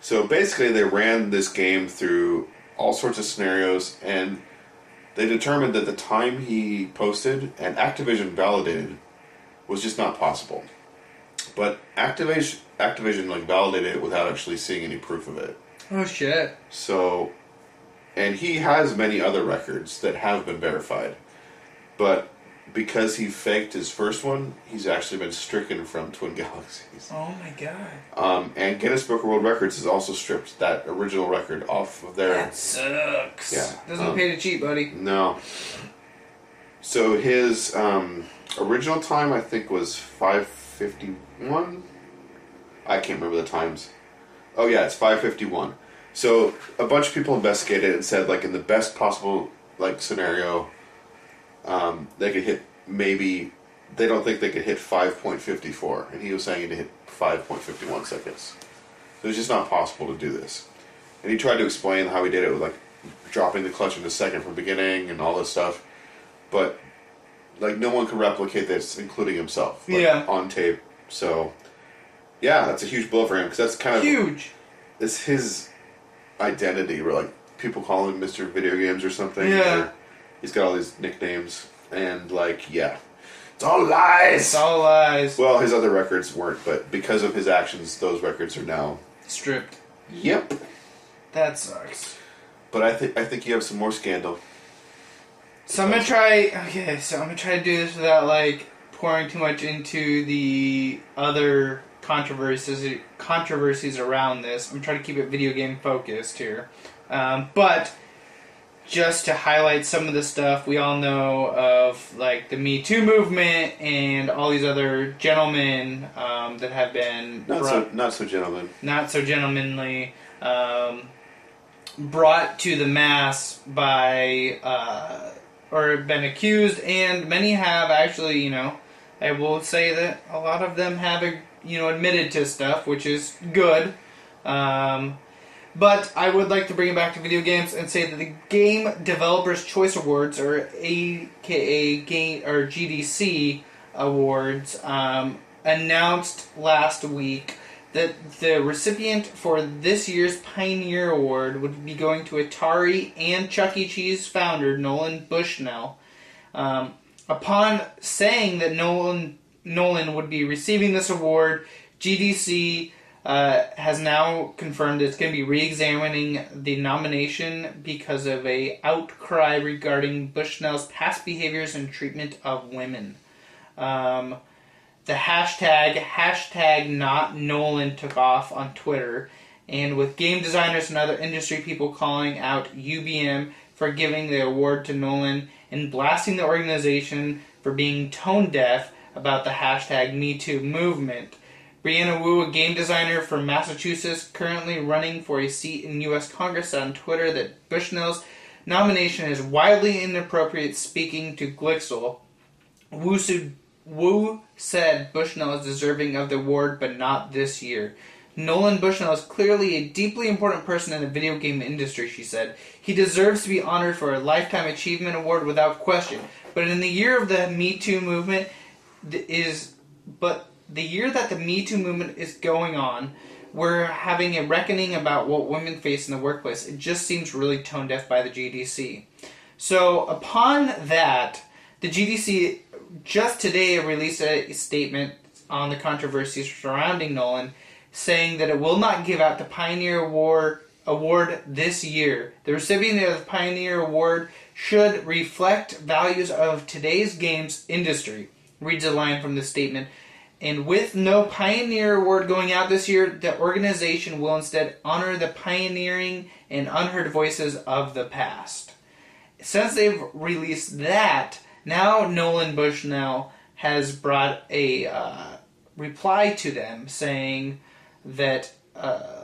Speaker 1: So basically, they ran this game through all sorts of scenarios, and they determined that the time he posted and Activision validated was just not possible. But Activision, Activision like validated it without actually seeing any proof of it.
Speaker 2: Oh shit.
Speaker 1: So, and he has many other records that have been verified, but because he faked his first one, he's actually been stricken from Twin (laughs) Galaxies.
Speaker 2: Oh my god.
Speaker 1: Um, and Guinness Book of World Records has also stripped that original record off of their.
Speaker 2: That sucks.
Speaker 1: Yeah,
Speaker 2: Doesn't
Speaker 1: um,
Speaker 2: pay to cheat, buddy.
Speaker 1: No. So his um, original time, I think, was 551. I can't remember the times. Oh, yeah, it's 551. So a bunch of people investigated and said, like, in the best possible, like, scenario, um, they could hit maybe. They don't think they could hit 5.54. And he was saying it hit 5.51 seconds. So it's just not possible to do this. And he tried to explain how he did it with like dropping the clutch into second from beginning and all this stuff. But like no one could replicate this, including himself. like,
Speaker 2: Yeah.
Speaker 1: On tape. So yeah, that's a huge blow for him because that's kind of
Speaker 2: Huge.
Speaker 1: it's his identity. Where like people call him Mister Video Games or something.
Speaker 2: Yeah.
Speaker 1: or he's got all these nicknames and like yeah, it's all lies.
Speaker 2: It's all lies.
Speaker 1: well, his other records weren't, but because of his actions, those records are now.
Speaker 2: Stripped.
Speaker 1: Yep.
Speaker 2: That sucks.
Speaker 1: But I think I think you have some more scandal.
Speaker 2: So I'm gonna try. Okay, so I'm gonna try to do this without like pouring too much into the other controversies controversies around this. I'm trying to keep it video game focused here, um, but just to highlight some of the stuff we all know of, like the Me Too movement and all these other gentlemen um, that have been
Speaker 1: Not
Speaker 2: brought-
Speaker 1: so not so gentlemen.
Speaker 2: not so gentlemanly um, brought to the mass by uh, or been accused and many have actually you know i will say that a lot of them have you know admitted to stuff which is good um, but I would like to bring it back to video games and say that the Game Developers Choice Awards, or AKA Game or GDC Awards, um, announced last week that the recipient for this year's Pioneer Award would be going to Atari and Chuck E. Cheese founder Nolan Bushnell. Um, upon saying that Nolan Nolan would be receiving this award, GDC uh, has now confirmed it's going to be re-examining the nomination because of a outcry regarding Bushnell's past behaviors and treatment of women. Um, the hashtag hashtag not Nolan took off on Twitter, and with game designers and other industry people calling out UBM for giving the award to Nolan and blasting the organization for being tone deaf about the hashtag MeToo movement. Brianna Wu, a game designer from Massachusetts, currently running for a seat in U.S. Congress, said on Twitter that Bushnell's nomination is wildly inappropriate speaking to Glixel. Wu su- Wu said Bushnell is deserving of the award, but not this year. Nolan Bushnell is clearly a deeply important person in the video game industry, she said. He deserves to be honored for a Lifetime Achievement Award without question. But in the year of the Me Too movement, th- is but the year that the Me Too movement is going on, we're having a reckoning about what women face in the workplace. It just seems really tone deaf by the GDC. So, upon that, the GDC just today released a statement on the controversies surrounding Nolan, saying that it will not give out the Pioneer Award award this year. The recipient of the Pioneer Award should reflect values of today's games industry. Reads a line from the statement. And with no Pioneer Award going out this year, the organization will instead honor the pioneering and unheard voices of the past. Since they've released that, now Nolan Bushnell has brought a uh, reply to them saying that. Uh,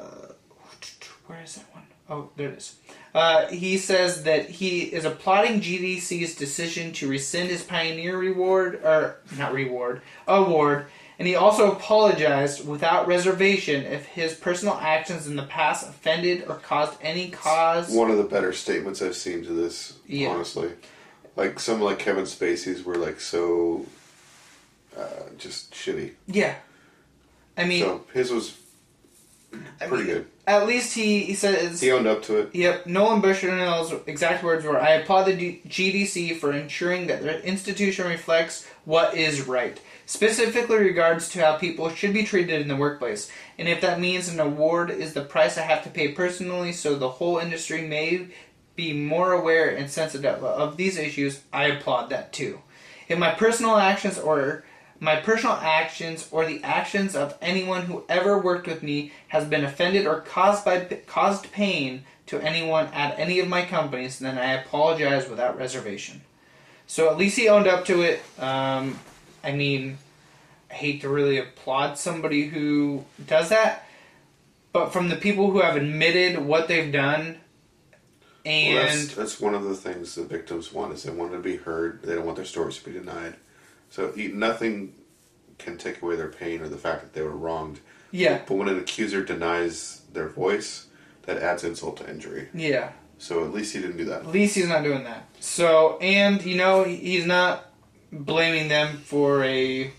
Speaker 2: where is that one? Oh, there it is. Uh, he says that he is applauding GDC's decision to rescind his Pioneer reward, or not reward, award, and he also apologized without reservation if his personal actions in the past offended or caused any cause.
Speaker 1: One of the better statements I've seen to this,
Speaker 2: Yeah.
Speaker 1: honestly. Like some like Kevin Spacey's were like so uh, just shitty.
Speaker 2: Yeah. I mean,
Speaker 1: So his was
Speaker 2: I
Speaker 1: pretty
Speaker 2: mean,
Speaker 1: good.
Speaker 2: At least he, he says.
Speaker 1: He owned up to it.
Speaker 2: Yep, Nolan Bushnell's exact words were I applaud the D- GDC for ensuring that the institution reflects what is right, specifically regards to how people should be treated in the workplace. And if that means an award is the price I have to pay personally so the whole industry may be more aware and sensitive of these issues, I applaud that too. If my personal actions or my personal actions or the actions of anyone who ever worked with me has been offended or caused by caused pain to anyone at any of my companies, then I apologize without reservation. So at least he owned up to it. Um, I mean, I hate to really applaud somebody who does that, but from the people who have admitted what they've done, and
Speaker 1: Well, that's, that's one of the things the victims want is they want to be heard. They don't want their stories to be denied. So e- nothing can take away their pain or the fact that they were wronged.
Speaker 2: yeah,
Speaker 1: But when an accuser denies their voice, that adds insult to injury.
Speaker 2: yeah.
Speaker 1: So at least he didn't do that.
Speaker 2: At least he's not doing that. So, and you know, he- he's not blaming them for a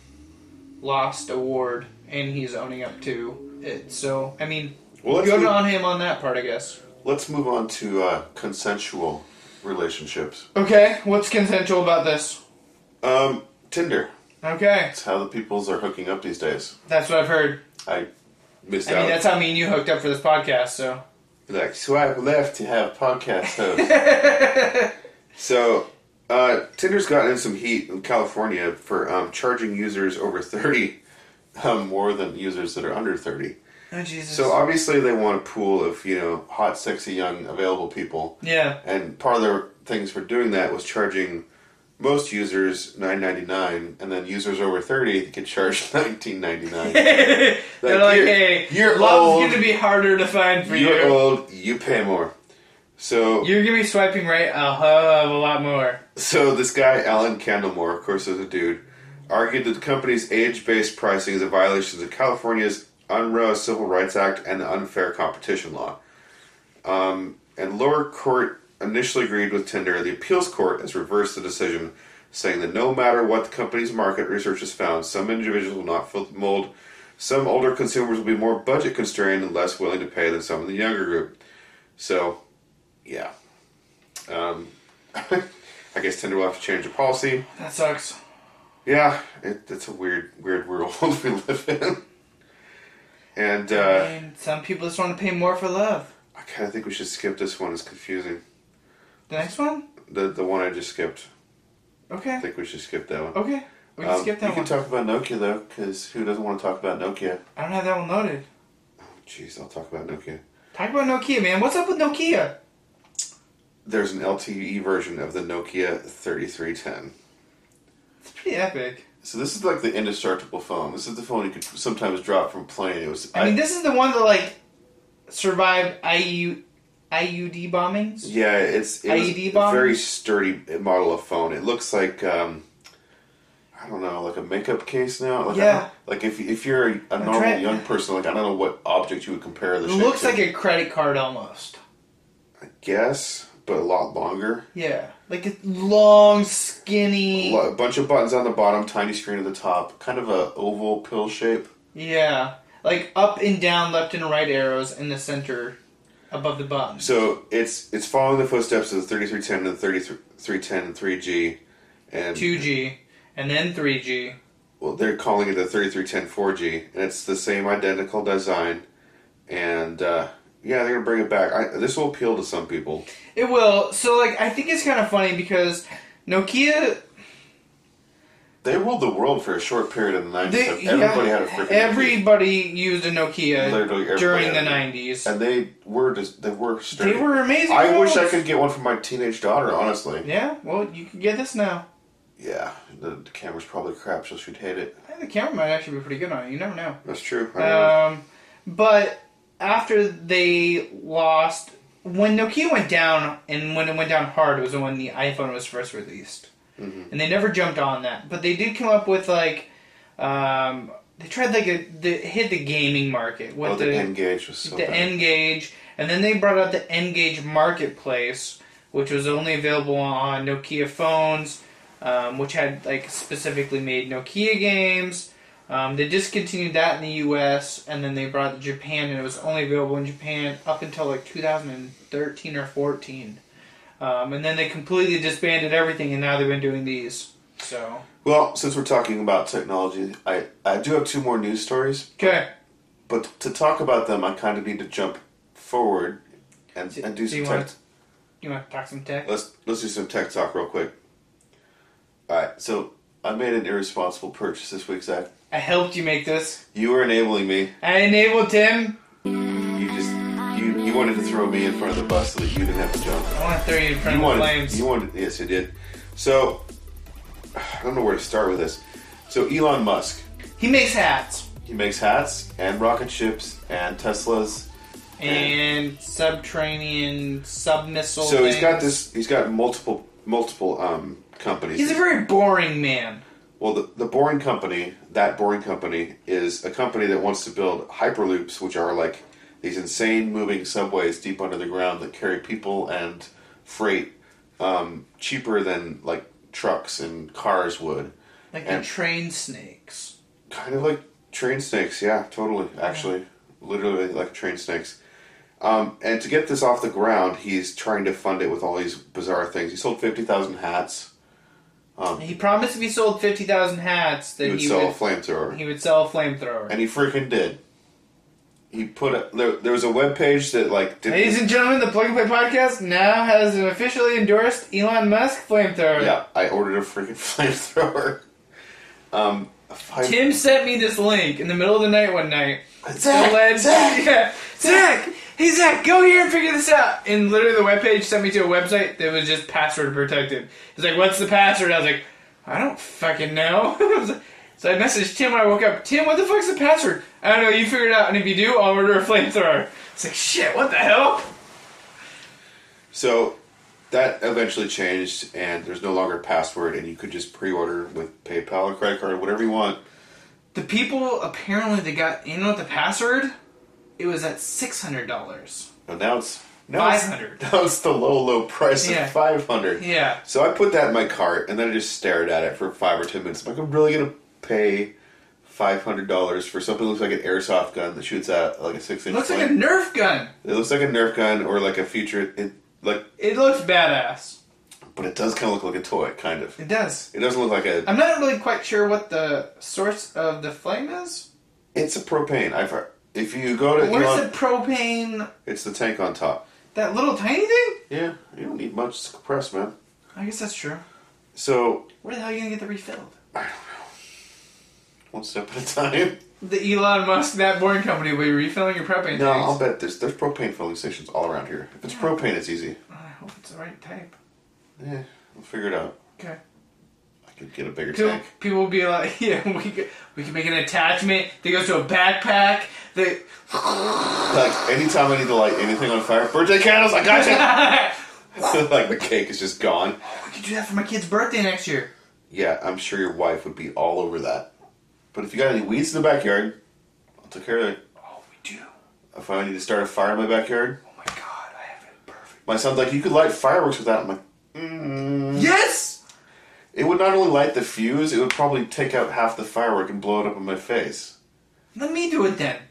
Speaker 2: lost award, and he's owning up to it. So, I mean,
Speaker 1: Well, let's,
Speaker 2: good
Speaker 1: move,
Speaker 2: on him on that part, I guess.
Speaker 1: let's move on to uh, consensual relationships.
Speaker 2: Okay, what's consensual about this?
Speaker 1: Um, Tinder.
Speaker 2: Okay,
Speaker 1: It's how the peoples are hooking up these days.
Speaker 2: that's what I've heard.
Speaker 1: I missed
Speaker 2: I mean,
Speaker 1: out.
Speaker 2: that's how me and you hooked up for this podcast. So,
Speaker 1: like swipe left to have podcast hosts.
Speaker 2: (laughs)
Speaker 1: so uh, Tinder's gotten in some heat in California for um, charging users over thirty um, more than users that are under thirty.
Speaker 2: oh Jesus.
Speaker 1: So uh, obviously they want a pool of you know hot, sexy, young, available people,
Speaker 2: yeah,
Speaker 1: and part of their things for doing that was charging most users nine ninety nine, and then users over thirty could charge (laughs) nineteen ninety
Speaker 2: (laughs)
Speaker 1: nine.
Speaker 2: they're like,
Speaker 1: you're-
Speaker 2: hey,
Speaker 1: you're
Speaker 2: love's
Speaker 1: old.
Speaker 2: gonna be harder to find for
Speaker 1: You're
Speaker 2: you.
Speaker 1: old, you pay more. So
Speaker 2: You're gonna be swiping right a hell of a lot more.
Speaker 1: So this guy Alan Candlemore, of course, is a dude, argued that the company's age-based pricing is a violation of California's UNRWA Civil Rights Act and the unfair competition law. Um, and lower court initially agreed with Tinder. The appeals court has reversed the decision, saying that no matter what the company's market research has found, some individuals will not fill the mold. Some older consumers will be more budget constrained and less willing to pay than some in the younger group. So, yeah. (laughs) Um, I guess Tinder will have to change the policy.
Speaker 2: That sucks.
Speaker 1: Yeah, it, it's a weird, weird world (laughs) we live in. And uh,
Speaker 2: and some people just want to pay more for love.
Speaker 1: I kind of think we should skip this one. It's confusing.
Speaker 2: The next one?
Speaker 1: The the one I just skipped.
Speaker 2: Okay.
Speaker 1: I think we should skip that one.
Speaker 2: Okay. Oh, We can
Speaker 1: Um,
Speaker 2: skip
Speaker 1: you
Speaker 2: that one.
Speaker 1: can talk about Nokia though, because who doesn't want to talk about Nokia?
Speaker 2: I don't have that one loaded.
Speaker 1: Jeez, I'll talk about Nokia.
Speaker 2: Talk about Nokia, man. What's up with Nokia?
Speaker 1: There's an LTE version of the Nokia 3310.
Speaker 2: It's pretty epic.
Speaker 1: So this is like the indestructible phone. This is the phone you could sometimes drop from plane. It was
Speaker 2: I, mean, this is the one that like survived IU, IUD bombings.
Speaker 1: yeah, it's it was
Speaker 2: IED
Speaker 1: a
Speaker 2: bomb?
Speaker 1: very sturdy model of phone. It looks like um, I don't know, like a makeup case now. Like, I
Speaker 2: Yeah.
Speaker 1: don't- like if if you're a, a normal
Speaker 2: trying-
Speaker 1: young person, like I don't know what object you would compare
Speaker 2: It
Speaker 1: this.
Speaker 2: looks
Speaker 1: to.
Speaker 2: like a credit card almost.
Speaker 1: I guess, but a lot longer.
Speaker 2: Yeah, like a long,
Speaker 1: A
Speaker 2: skinny.
Speaker 1: lot- a bunch of buttons on the bottom, tiny screen at the top, kind of a oval pill shape.
Speaker 2: Yeah, like up and down, left and right arrows in the center, above the buttons.
Speaker 1: So it's it's following the footsteps of the 3310 and 3310 and 3G, and
Speaker 2: 2G and then 3G.
Speaker 1: well, they're calling it the 3310 4G, and it's the same identical design, and uh, yeah, they're gonna bring it back. I, this will appeal to some people.
Speaker 2: It will. So like, I think it's kind of funny because Nokia
Speaker 1: They ruled the world for a short period in the 90s.
Speaker 2: They-
Speaker 1: so everybody
Speaker 2: yeah,
Speaker 1: had a freaking
Speaker 2: everybody used a Nokia
Speaker 1: Literally everybody
Speaker 2: during
Speaker 1: had
Speaker 2: the
Speaker 1: a Nokia.
Speaker 2: nineties.
Speaker 1: and they were just they were sturdy.
Speaker 2: They were amazing.
Speaker 1: I wish I
Speaker 2: phones.
Speaker 1: could get one for my teenage daughter. Honestly,
Speaker 2: Yeah, well, you can get this now.
Speaker 1: Yeah, the, the camera's probably crap, so she'd hate it.
Speaker 2: Hey, The camera might actually be pretty good on it. You never know.
Speaker 1: That's true. I know.
Speaker 2: Um, but after they lost, when Nokia went down, and when it went down hard, was when the iPhone was first released,
Speaker 1: Mm-hmm.
Speaker 2: and they never jumped on that. But they did come up with like, um, they tried like a the, hit the gaming market with
Speaker 1: oh, the, N-Gauge was so
Speaker 2: the
Speaker 1: bad.
Speaker 2: N-Gage, and then they brought out the N-Gage Marketplace, which was only available on Nokia phones, um, which had like specifically made Nokia games. Um, they discontinued that in the U.S. and then they brought it to Japan, and it was only available in Japan up until like 2013 or 14. Um, and then they completely disbanded everything, and now they've been doing these. So
Speaker 1: well, since we're talking about technology, I, I do have two more news stories,
Speaker 2: okay,
Speaker 1: but to talk about them, I kind of need to jump forward and, and do
Speaker 2: do you
Speaker 1: some
Speaker 2: wanna-
Speaker 1: tech.
Speaker 2: you want to talk some tech?
Speaker 1: Let's let's do some tech talk real quick. All right, so I made an irresponsible purchase this week, Zach.
Speaker 2: I helped you make this.
Speaker 1: You were enabling me.
Speaker 2: I enabled him.
Speaker 1: You just you you wanted to throw me in front of the bus so that you didn't have to jump.
Speaker 2: I want to throw you in front
Speaker 1: you
Speaker 2: of the
Speaker 1: wanted,
Speaker 2: flames.
Speaker 1: You wanted, yes, it did. So, I don't know where to start with this. So, Elon Musk,
Speaker 2: He makes hats
Speaker 1: he makes hats and rocket ships and Teslas.
Speaker 2: and subterranean submissile.
Speaker 1: So he's got
Speaker 2: things.
Speaker 1: this. He's got multiple multiple um companies.
Speaker 2: He's a very boring man.
Speaker 1: well, the, the boring company, that boring company, is a company that wants to build hyperloops, which are like these insane moving subways deep under the ground that carry people and freight um, cheaper than like trucks and cars would.
Speaker 2: Like
Speaker 1: And-
Speaker 2: the train snakes.
Speaker 1: Kind of like train snakes, yeah, totally. Actually, literally like train snakes. Um, and to get this off the ground, he's trying to fund it with all these bizarre things. He sold fifty thousand hats.
Speaker 2: He promised if he sold fifty thousand hats that
Speaker 1: He would sell a flamethrower,
Speaker 2: he would sell a flamethrower.
Speaker 1: and he freaking did. He put a, there. There was a web page that like did
Speaker 2: Ladies and gentlemen, the Plug and Play podcast now has an officially endorsed Elon Musk flamethrower.
Speaker 1: yeah. I ordered a freaking (laughs) flamethrower. Um, a five,
Speaker 2: Tim sent me this link in the middle of the night one night.
Speaker 1: Zach,
Speaker 2: The lead-
Speaker 1: Zach!
Speaker 2: Yeah. Zach! Hey, Zach, go here and figure this out. And literally, the webpage sent me to a website that was just password protected. He's like, What's the password? I was like, I don't fucking know. (laughs) I was like- so I messaged Tim when I woke up Tim, what the fuck's the password? I don't know, you figure it out. And if you do, I'll order a flamethrower. It's like, Shit, what the hell?
Speaker 1: So that eventually changed, and there's no longer a password, and you could just pre-order with PayPal or credit card, whatever you want.
Speaker 2: The people apparently that got in with the password, it was at $600.
Speaker 1: But now it's now
Speaker 2: $500.
Speaker 1: It's, now it's the low, low price
Speaker 2: Yeah.
Speaker 1: of five hundred.
Speaker 2: Yeah.
Speaker 1: So I put that in my cart, and then I just stared at it for five or ten minutes. I'm like, I'm really gonna pay five hundred dollars for something that looks like an airsoft gun that shoots out like a six inch.
Speaker 2: Looks like a Nerf gun.
Speaker 1: it looks like a Nerf gun or like a future. It like,
Speaker 2: It looks badass.
Speaker 1: but it does kind of look like a toy, kind of.
Speaker 2: It does.
Speaker 1: It doesn't look like a.
Speaker 2: I'm not really quite sure what the source of the flame is.
Speaker 1: It's a propane. I've heard. If you go to
Speaker 2: Where's
Speaker 1: Elon,
Speaker 2: the propane?
Speaker 1: it's the tank on top.
Speaker 2: That little tiny thing?
Speaker 1: Yeah, you don't need much to compress, man.
Speaker 2: I guess that's true.
Speaker 1: So
Speaker 2: Where the hell are you gonna get the refilled?
Speaker 1: one step at a (laughs) time.
Speaker 2: The Elon Musk, that boring company, will be refilling your propane
Speaker 1: No,
Speaker 2: tanks.
Speaker 1: I'll bet there's there's propane filling stations all around here. If it's propane, it's easy.
Speaker 2: I hope it's the right type.
Speaker 1: Yeah, we'll figure it out.
Speaker 2: Okay.
Speaker 1: I could get a bigger
Speaker 2: People,
Speaker 1: tank.
Speaker 2: people will be like, (laughs) yeah, we could, we can make an attachment that goes to a backpack. That
Speaker 1: Like anytime I need to light anything on fire, birthday candles, I got you. (laughs) like the cake is just gone.
Speaker 2: we could do that for my kid's birthday next year.
Speaker 1: Yeah, I'm sure your wife would be all over that. But if you got any weeds in the backyard, I'll take care of it.
Speaker 2: Oh, we do.
Speaker 1: If I need to start a fire in my backyard,
Speaker 2: Oh my god, I have it perfect.
Speaker 1: my son's like, you could light fireworks with that. I'm like, mm.
Speaker 2: Yes.
Speaker 1: It would not only light the fuse, it would probably take out half the firework and blow it up in my face.
Speaker 2: Let me do it then.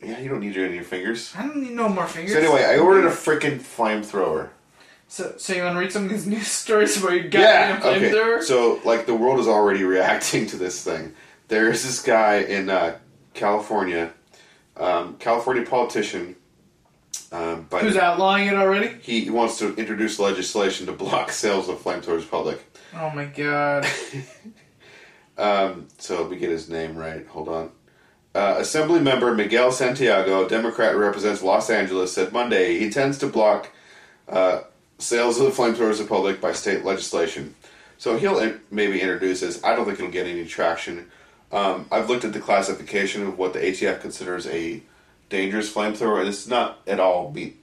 Speaker 1: Yeah, you don't need it in your fingers.
Speaker 2: I don't need no more fingers.
Speaker 1: So anyway, I ordered a freaking flamethrower.
Speaker 2: So, so you want to read some of these (laughs) news stories about your guy
Speaker 1: Yeah.
Speaker 2: being a
Speaker 1: Okay.
Speaker 2: flamethrower?
Speaker 1: So like the world is already (laughs) reacting to this thing. There's this guy in uh, California, um, California politician. Um, by
Speaker 2: Who's outlawing it already?
Speaker 1: He wants to introduce legislation to block (laughs) sales of flamethrowers public.
Speaker 2: Oh my god.
Speaker 1: Um, so let me get his name right. Hold on. Uh, Assembly member Miguel Santiago, Democrat who represents Los Angeles, said Monday he intends to block uh, sales of the flamethrowers to public by state legislation. So he'll in- maybe introduce this. I don't think it'll get any traction. Um, I've looked at the classification of what the ATF considers a dangerous flamethrower, and it's not at all be-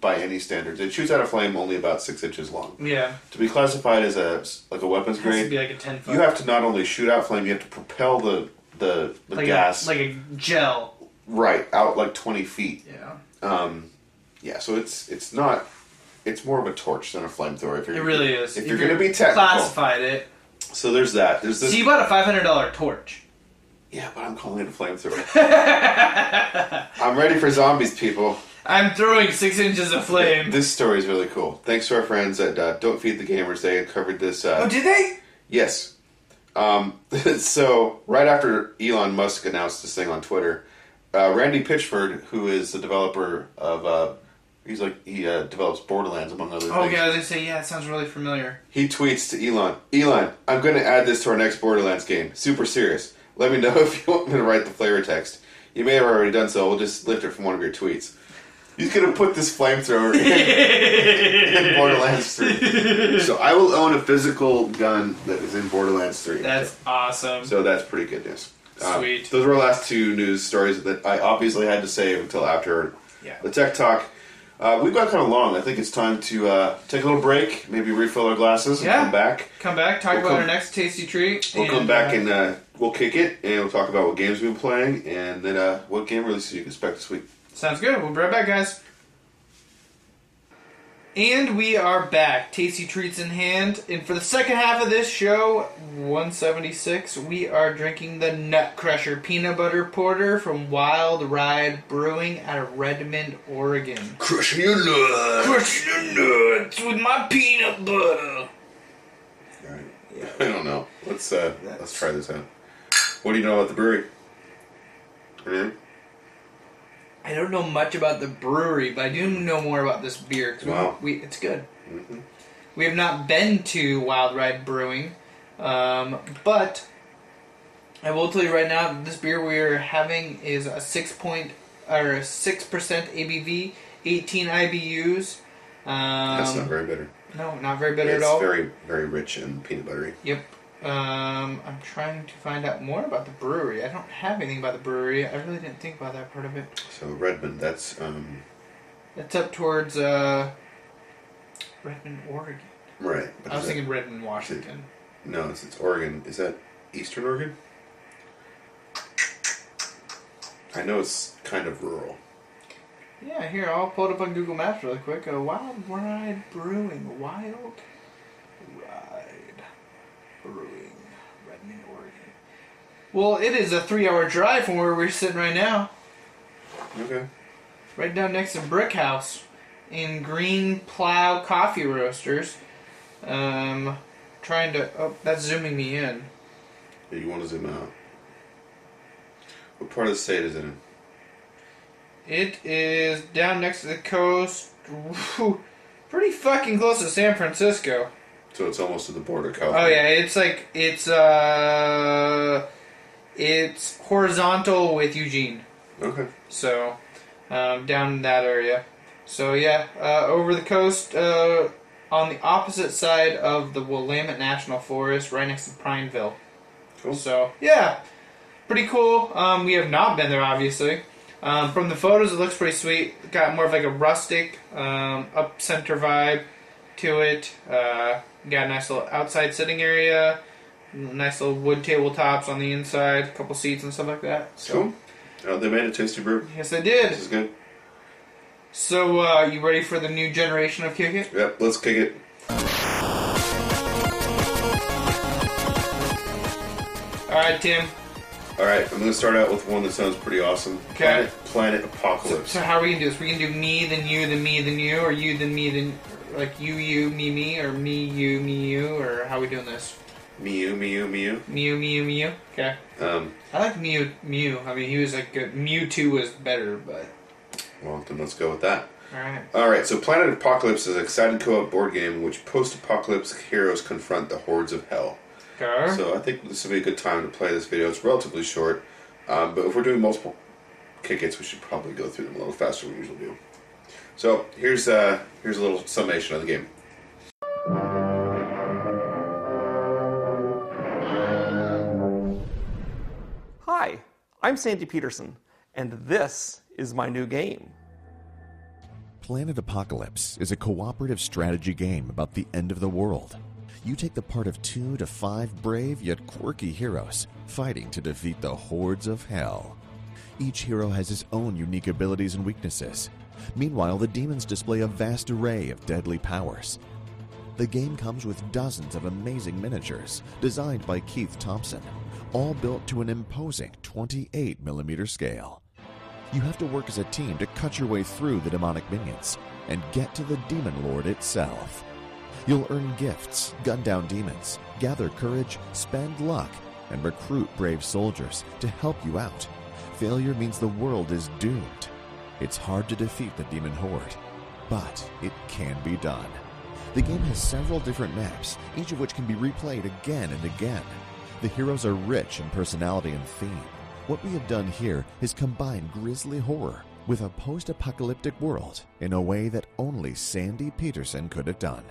Speaker 1: by any standards. It shoots out a flame only about six inches long.
Speaker 2: yeah.
Speaker 1: To be classified as a like a weapons
Speaker 2: It has to
Speaker 1: grade,
Speaker 2: be like a 10 foot.
Speaker 1: you have to not only shoot out flame, you have to propel the the, the
Speaker 2: like
Speaker 1: gas
Speaker 2: A, like a gel.
Speaker 1: right out like twenty feet.
Speaker 2: Yeah.
Speaker 1: Um, yeah, so it's it's not it's more of a torch than a flamethrower. If you're
Speaker 2: It really is.
Speaker 1: If, you're going to be technical,
Speaker 2: Classified it.
Speaker 1: so there's that. There's this.
Speaker 2: So you bought a $500 torch.
Speaker 1: yeah, but I'm calling it
Speaker 2: (laughs)
Speaker 1: a flamethrower. I'm ready for zombies, people.
Speaker 2: I'm throwing six inches of
Speaker 1: (laughs)
Speaker 2: flame.
Speaker 1: This story is really cool. Thanks to our friends at uh, Don't Feed the Gamers, they covered this. Uh,
Speaker 2: Oh, did they?
Speaker 1: Yes. Um, (laughs) so right after Elon Musk announced this thing on Twitter, uh, Randy Pitchford, who is the developer of, uh, he's like he uh, develops Borderlands among other
Speaker 2: Oh,
Speaker 1: things.
Speaker 2: yeah, they say, yeah, it sounds really familiar.
Speaker 1: He tweets to Elon, Elon, I'm going to add this to our next Borderlands game. Super serious. Let me know (laughs) if you want me to write the flavor text. You may have already done so. We'll just lift it from one of your tweets. He's going to put this flamethrower in,
Speaker 2: (laughs)
Speaker 1: in Borderlands 3. So I will own a physical gun that is in Borderlands 3.
Speaker 2: That's awesome.
Speaker 1: So that's pretty good news. Um,
Speaker 2: Sweet.
Speaker 1: those were our last two news stories that I obviously had to save until after
Speaker 2: Yeah.
Speaker 1: the tech talk. Uh, we've got kind of long. I think it's time to uh, take a little break, maybe refill our glasses, and
Speaker 2: Yeah.
Speaker 1: come back.
Speaker 2: Come back, talk
Speaker 1: We'll
Speaker 2: about
Speaker 1: come-
Speaker 2: our next tasty treat.
Speaker 1: We'll
Speaker 2: and,
Speaker 1: come back
Speaker 2: uh,
Speaker 1: and uh, we'll kick it, and we'll talk about what games we've been playing, and then uh, what game releases you can expect this week.
Speaker 2: Sounds good. We'll be right back, guys. And we are back. Tasty treats in hand. And for the second half of this show, 176, we are drinking the Nut Crusher Peanut Butter Porter from Wild Ride Brewing out of Redmond, Oregon.
Speaker 1: Crushing your nuts.
Speaker 2: Crushing the nuts with my peanut butter.
Speaker 1: All right. (laughs) I don't know. Let's uh, let's try this out. What do you know about the brewery? Anything?
Speaker 2: I don't know much about the brewery, but I do know more about this beer. 'cause we-
Speaker 1: Wow. Mm-hmm.
Speaker 2: we, it's good. We have not been to Wild Ride Brewing, um, but I will tell you right now that this beer we are having is a six point or six percent ABV, eighteen IBUs. Um,
Speaker 1: That's not very bitter.
Speaker 2: no, not very bitter
Speaker 1: It's
Speaker 2: at all.
Speaker 1: very very rich and peanut buttery.
Speaker 2: Yep. Um, I'm trying to find out more about the brewery. I don't have anything about the brewery. I really didn't think about that part of it.
Speaker 1: So Redmond, that's um
Speaker 2: It's up towards uh, Redmond, Oregon.
Speaker 1: right. But
Speaker 2: I was
Speaker 1: is that-
Speaker 2: thinking Redmond, Washington.
Speaker 1: no, it's, it's Oregon. Is that Eastern Oregon? I know it's kind of rural.
Speaker 2: Yeah, here I'll pull it up on Google Maps really quick. Uh, Wild Ride Brewing, Wild Ride Brewing, Redmond, Oregon. Well, it is a three-hour drive from where we're sitting right now,
Speaker 1: Okay.
Speaker 2: right down next to Brick House, in Green Plow Coffee Roasters. Um, trying to. Oh, that's zooming me in.
Speaker 1: Yeah, you want to zoom out. What part of the state is it in?
Speaker 2: It is down next to the coast, pretty fucking close to San Francisco.
Speaker 1: So it's almost to the border of
Speaker 2: Oh
Speaker 1: California.
Speaker 2: yeah, it's like it's uh, it's horizontal with Eugene.
Speaker 1: Okay.
Speaker 2: So, um, down in that area. So yeah, uh, over the coast, uh, on the opposite side of the Willamette National Forest, right next to Prineville.
Speaker 1: Cool.
Speaker 2: So yeah, pretty cool. Um, we have not been there, obviously. Um, from the photos, it looks pretty sweet. Got more of like a rustic, um, up center vibe to it. Uh, got a nice little outside sitting area, nice little wood tabletops on the inside, a couple seats and stuff like that. So
Speaker 1: Cool. Oh, they made a tasty brew.
Speaker 2: yes, I did.
Speaker 1: This is good.
Speaker 2: So, uh, you ready for the new generation of Kick It?
Speaker 1: Yep, let's kick it.
Speaker 2: Alright, Tim.
Speaker 1: All right, I'm gonna start out with one that sounds pretty awesome.
Speaker 2: Okay.
Speaker 1: Planet, Planet Apocalypse.
Speaker 2: So, how are we gonna do this? We can do me, then you, then me, then you, or you, then me, then. Like you, you, me, me, or me, you, me, you, or how we doing this?
Speaker 1: Mew, mew, mew.
Speaker 2: Mew, mew, mew. Okay.
Speaker 1: Um,
Speaker 2: I like Mew, Mew. I mean, he was like uh, good. Mew 2 was better, but.
Speaker 1: well, then let's go with that.
Speaker 2: Alright.
Speaker 1: All right, so Planet Apocalypse is an exciting co-op board game in which post-apocalyptic heroes confront the hordes of hell.
Speaker 2: Car.
Speaker 1: So I think this would be a good time to play this video. It's relatively short, um, but if we're doing multiple kick-its, we should probably go through them a little faster than we usually do. So here's uh, here's a little summation of the game.
Speaker 3: Hi, I'm Sandy Peterson, and this is my new game.
Speaker 4: Planet Apocalypse is a cooperative strategy game about the end of the world. You take the part of two to five brave yet quirky heroes fighting to defeat the hordes of hell. Each hero has his own unique abilities and weaknesses. Meanwhile, the demons display a vast array of deadly powers. The game comes with dozens of amazing miniatures designed by Keith Thompson, all built to an imposing 28mm scale. You have to work as a team to cut your way through the demonic minions and get to the demon lord itself. You'll earn gifts, gun down demons, gather courage, spend luck, and recruit brave soldiers to help you out. Failure means the world is doomed. It's hard to defeat the demon horde, but it can be done. The game has several different maps, each of which can be replayed again and again. The heroes are rich in personality and theme. What we have done here is combine grisly horror with a post apocalyptic world in a way that only Sandy Peterson could have done.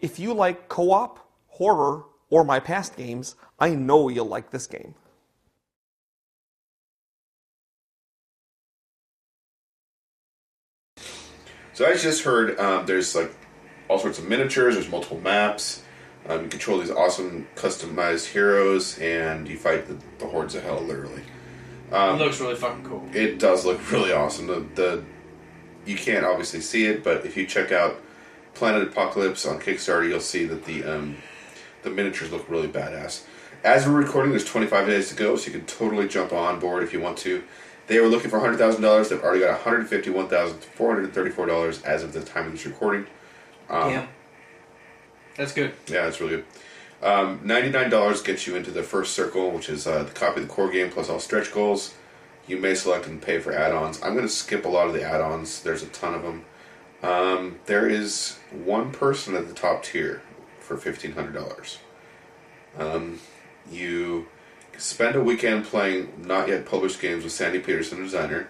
Speaker 3: If you like co op, horror, or my past games, I know you'll like this game.
Speaker 1: So as you just heard, um, there's like all sorts of miniatures. There's multiple maps. Um, you control these awesome customized heroes, and you fight the, the hordes of hell. Literally,
Speaker 2: it looks really fucking cool.
Speaker 1: it does look (laughs) really awesome. The, the you can't obviously see it, but if you check out Planet Apocalypse on Kickstarter, you'll see that the um, the miniatures look really badass. As we're recording, there's 25 days to go, so you can totally jump on board if you want to. They were looking for $100,000. They've already got $151,434 as of the time of this recording.
Speaker 2: Damn. That's good.
Speaker 1: Yeah, that's really good. Um, Ninety-nine dollars gets you into the first circle, which is uh, the copy of the core game plus all stretch goals. You may select and pay for add-ons. I'm going to skip a lot of the add-ons. There's a ton of them. Um, there is one person at the top tier for fifteen hundred dollars. Um, you spend a weekend playing not yet published games with Sandy Peterson, the designer.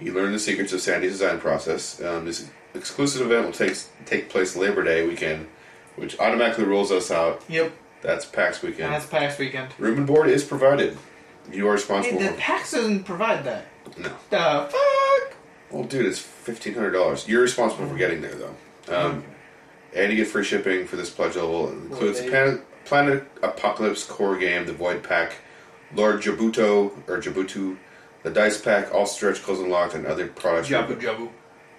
Speaker 1: You learn the secrets of Sandy's design process. Um, this exclusive event will take take place Labor Day weekend, which automatically rules us out.
Speaker 2: Yep.
Speaker 1: That's PAX weekend.
Speaker 2: That's past weekend.
Speaker 1: Room and board is provided. You are
Speaker 2: Hey,
Speaker 1: responsible.
Speaker 2: the PAX doesn't provide that.
Speaker 1: for no.
Speaker 2: The fuck?
Speaker 1: Well, dude, it's fifteen hundred dollars. You're responsible for getting there, though. Um, And you get free shipping for this pledge level. It includes
Speaker 2: they-
Speaker 1: Planet, Planet Apocalypse core game, the Void Pack, Lord Jabuto or Jabutu, the Dice Pack, all stretch goals unlocked, and other products.
Speaker 2: Jabu Jabu.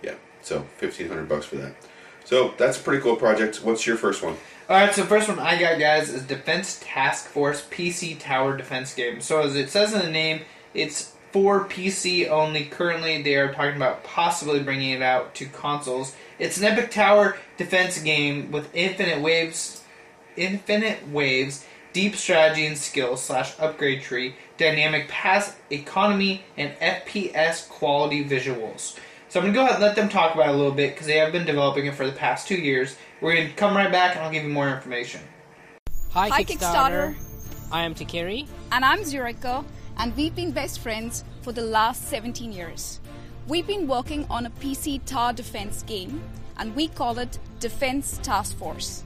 Speaker 1: Yeah. So fifteen hundred bucks for that. So that's a pretty cool project. What's your first one?
Speaker 2: All right, so first one I got, guys, is Defense Task Force PC Tower Defense Game. So as it says in the name, it's for PC only. Currently, they are talking about possibly bringing it out to consoles. It's an epic tower defense game with infinite waves, infinite waves, deep strategy and skill slash upgrade tree, dynamic pass economy, and FPS quality visuals. So I'm gonna go ahead and let them talk about it a little bit because they have been developing it for the past two years. We're gonna come right back and I'll give you more information.
Speaker 5: Hi,
Speaker 6: Hi,
Speaker 5: Kickstarter.
Speaker 6: Kickstarter.
Speaker 5: I am Takeri.
Speaker 6: And I'm Zuriko, and we've been best friends for the last 17 years. We've been working on a PC TAR defense game, and we call it Defense Task Force.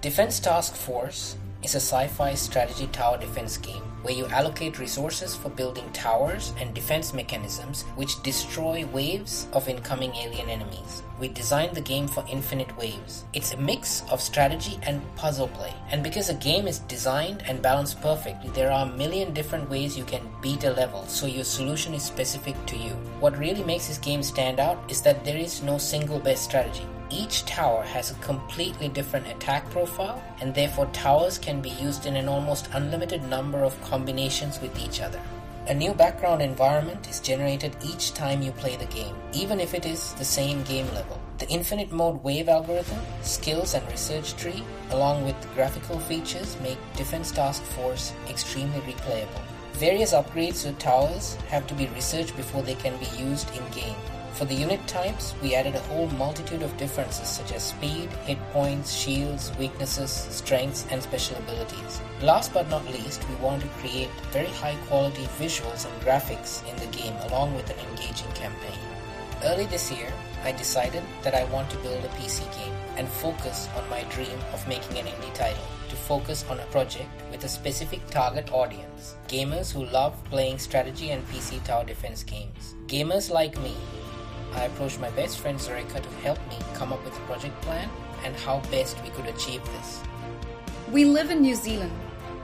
Speaker 5: Defense Task Force is a sci fi strategy tower defense game where you allocate resources for building towers and defense mechanisms which destroy waves of incoming alien enemies. We designed the game for infinite waves. It's a mix of strategy and puzzle play. And because a game is designed and balanced perfectly, there are a million different ways you can beat a level, so your solution is specific to you. What really makes this game stand out is that there is no single best strategy. Each tower has a completely different attack profile, and therefore, towers can be used in an almost unlimited number of combinations with each other. A new background environment is generated each time you play the game, even if it is the same game level. The infinite mode wave algorithm, skills, and research tree, along with graphical features, make Defense Task Force extremely replayable. Various upgrades to towers have to be researched before they can be used in game. For the unit types, we added a whole multitude of differences such as speed, hit points, shields, weaknesses, strengths, and special abilities. Last but not least, we want to create very high quality visuals and graphics in the game along with an engaging campaign. Early this year, I decided that I want to build a PC game and focus on my dream of making an indie title, to focus on a project with a specific target audience gamers who love playing strategy and PC tower defense games. Gamers like me. I approached my best friend Zurika to help me come up with a project plan and how best we could achieve this.
Speaker 6: We live in New Zealand.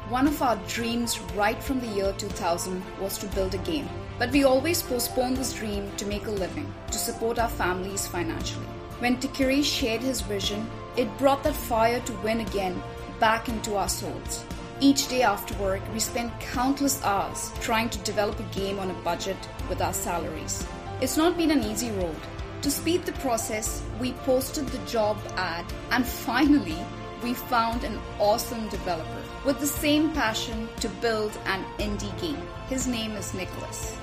Speaker 6: One of our dreams right from the year 2000 was to build a game. But we always postponed this dream to make a living, to support our families financially. When Tikiri shared his vision, it brought that fire to win again back into our souls. Each day after work, we spent countless hours trying to develop a game on a budget with our salaries. It's not been an easy road. To speed the process, we posted the job ad and finally, we found an awesome developer with the same passion to build an indie game. His name is Nicholas.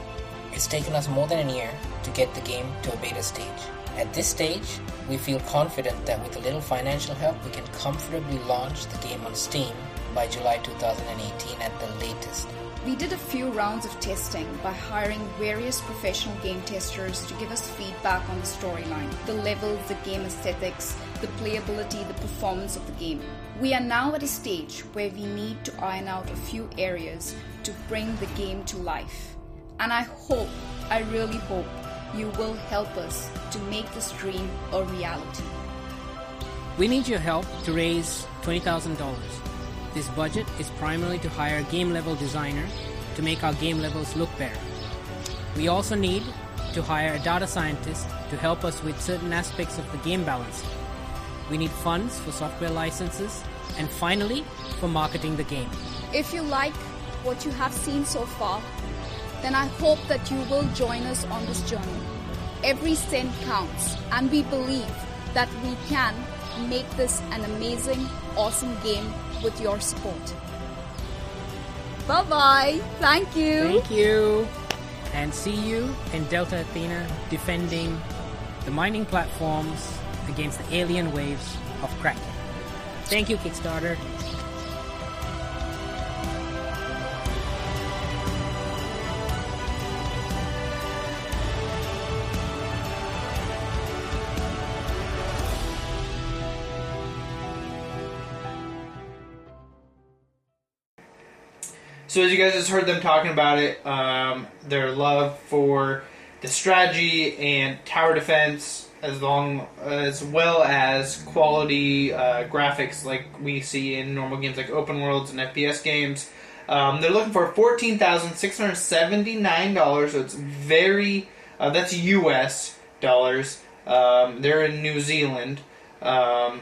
Speaker 5: It's taken us more than a year to get the game to a beta stage. At this stage, we feel confident that with a little financial help, we can comfortably launch the game on Steam by July 2018 at the latest.
Speaker 6: We did a few rounds of testing by hiring various professional game testers to give us feedback on the storyline, the levels, the game aesthetics, the playability, the performance of the game. We are now at a stage where we need to iron out a few areas to bring the game to life. And I hope, I really hope, you will help us to make this dream a reality.
Speaker 7: We need your help to raise $20,000. This budget is primarily to hire a game level designer to make our game levels look better. We also need to hire a data scientist to help us with certain aspects of the game balance. We need funds for software licenses and finally for marketing the game.
Speaker 6: If you like what you have seen so far, then I hope that you will join us on this journey. Every cent counts, and we believe that we can make this an amazing, awesome game with your support. Bye bye. Thank you.
Speaker 7: Thank you. And see you in Delta Athena defending the mining platforms against the alien waves of Kraken. Thank you, Kickstarter.
Speaker 2: So as you guys just heard them talking about it, um, their love for the strategy and tower defense, as long as well as quality uh, graphics like we see in normal games like open worlds and FPS games. Um, they're looking for fourteen thousand six hundred seventy nine dollars. So it's very uh, that's U.S. dollars. Um, they're in New Zealand. Um,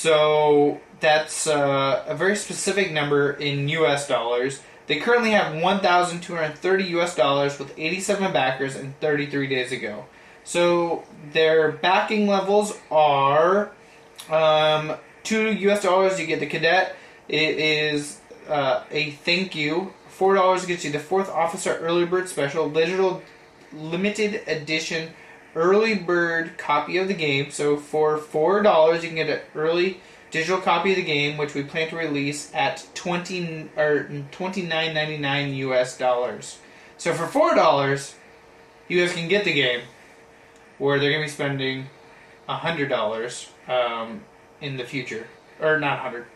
Speaker 2: So that's uh, a very specific number in US dollars. They currently have 1,230 US dollars with 87 backers and 33 days ago. So their backing levels are um, 2 US dollars, you get the cadet. It is uh, a thank you. $4 gets you the 4th Officer Early Bird Special, digital limited edition early bird copy of the game. So for four dollars, you can get an early digital copy of the game, which we plan to release at twenty or twenty nine ninety nine U.S. dollars. So for four dollars, you guys can get the game, where they're going to be spending hundred dollars um, in the future, or not hundred,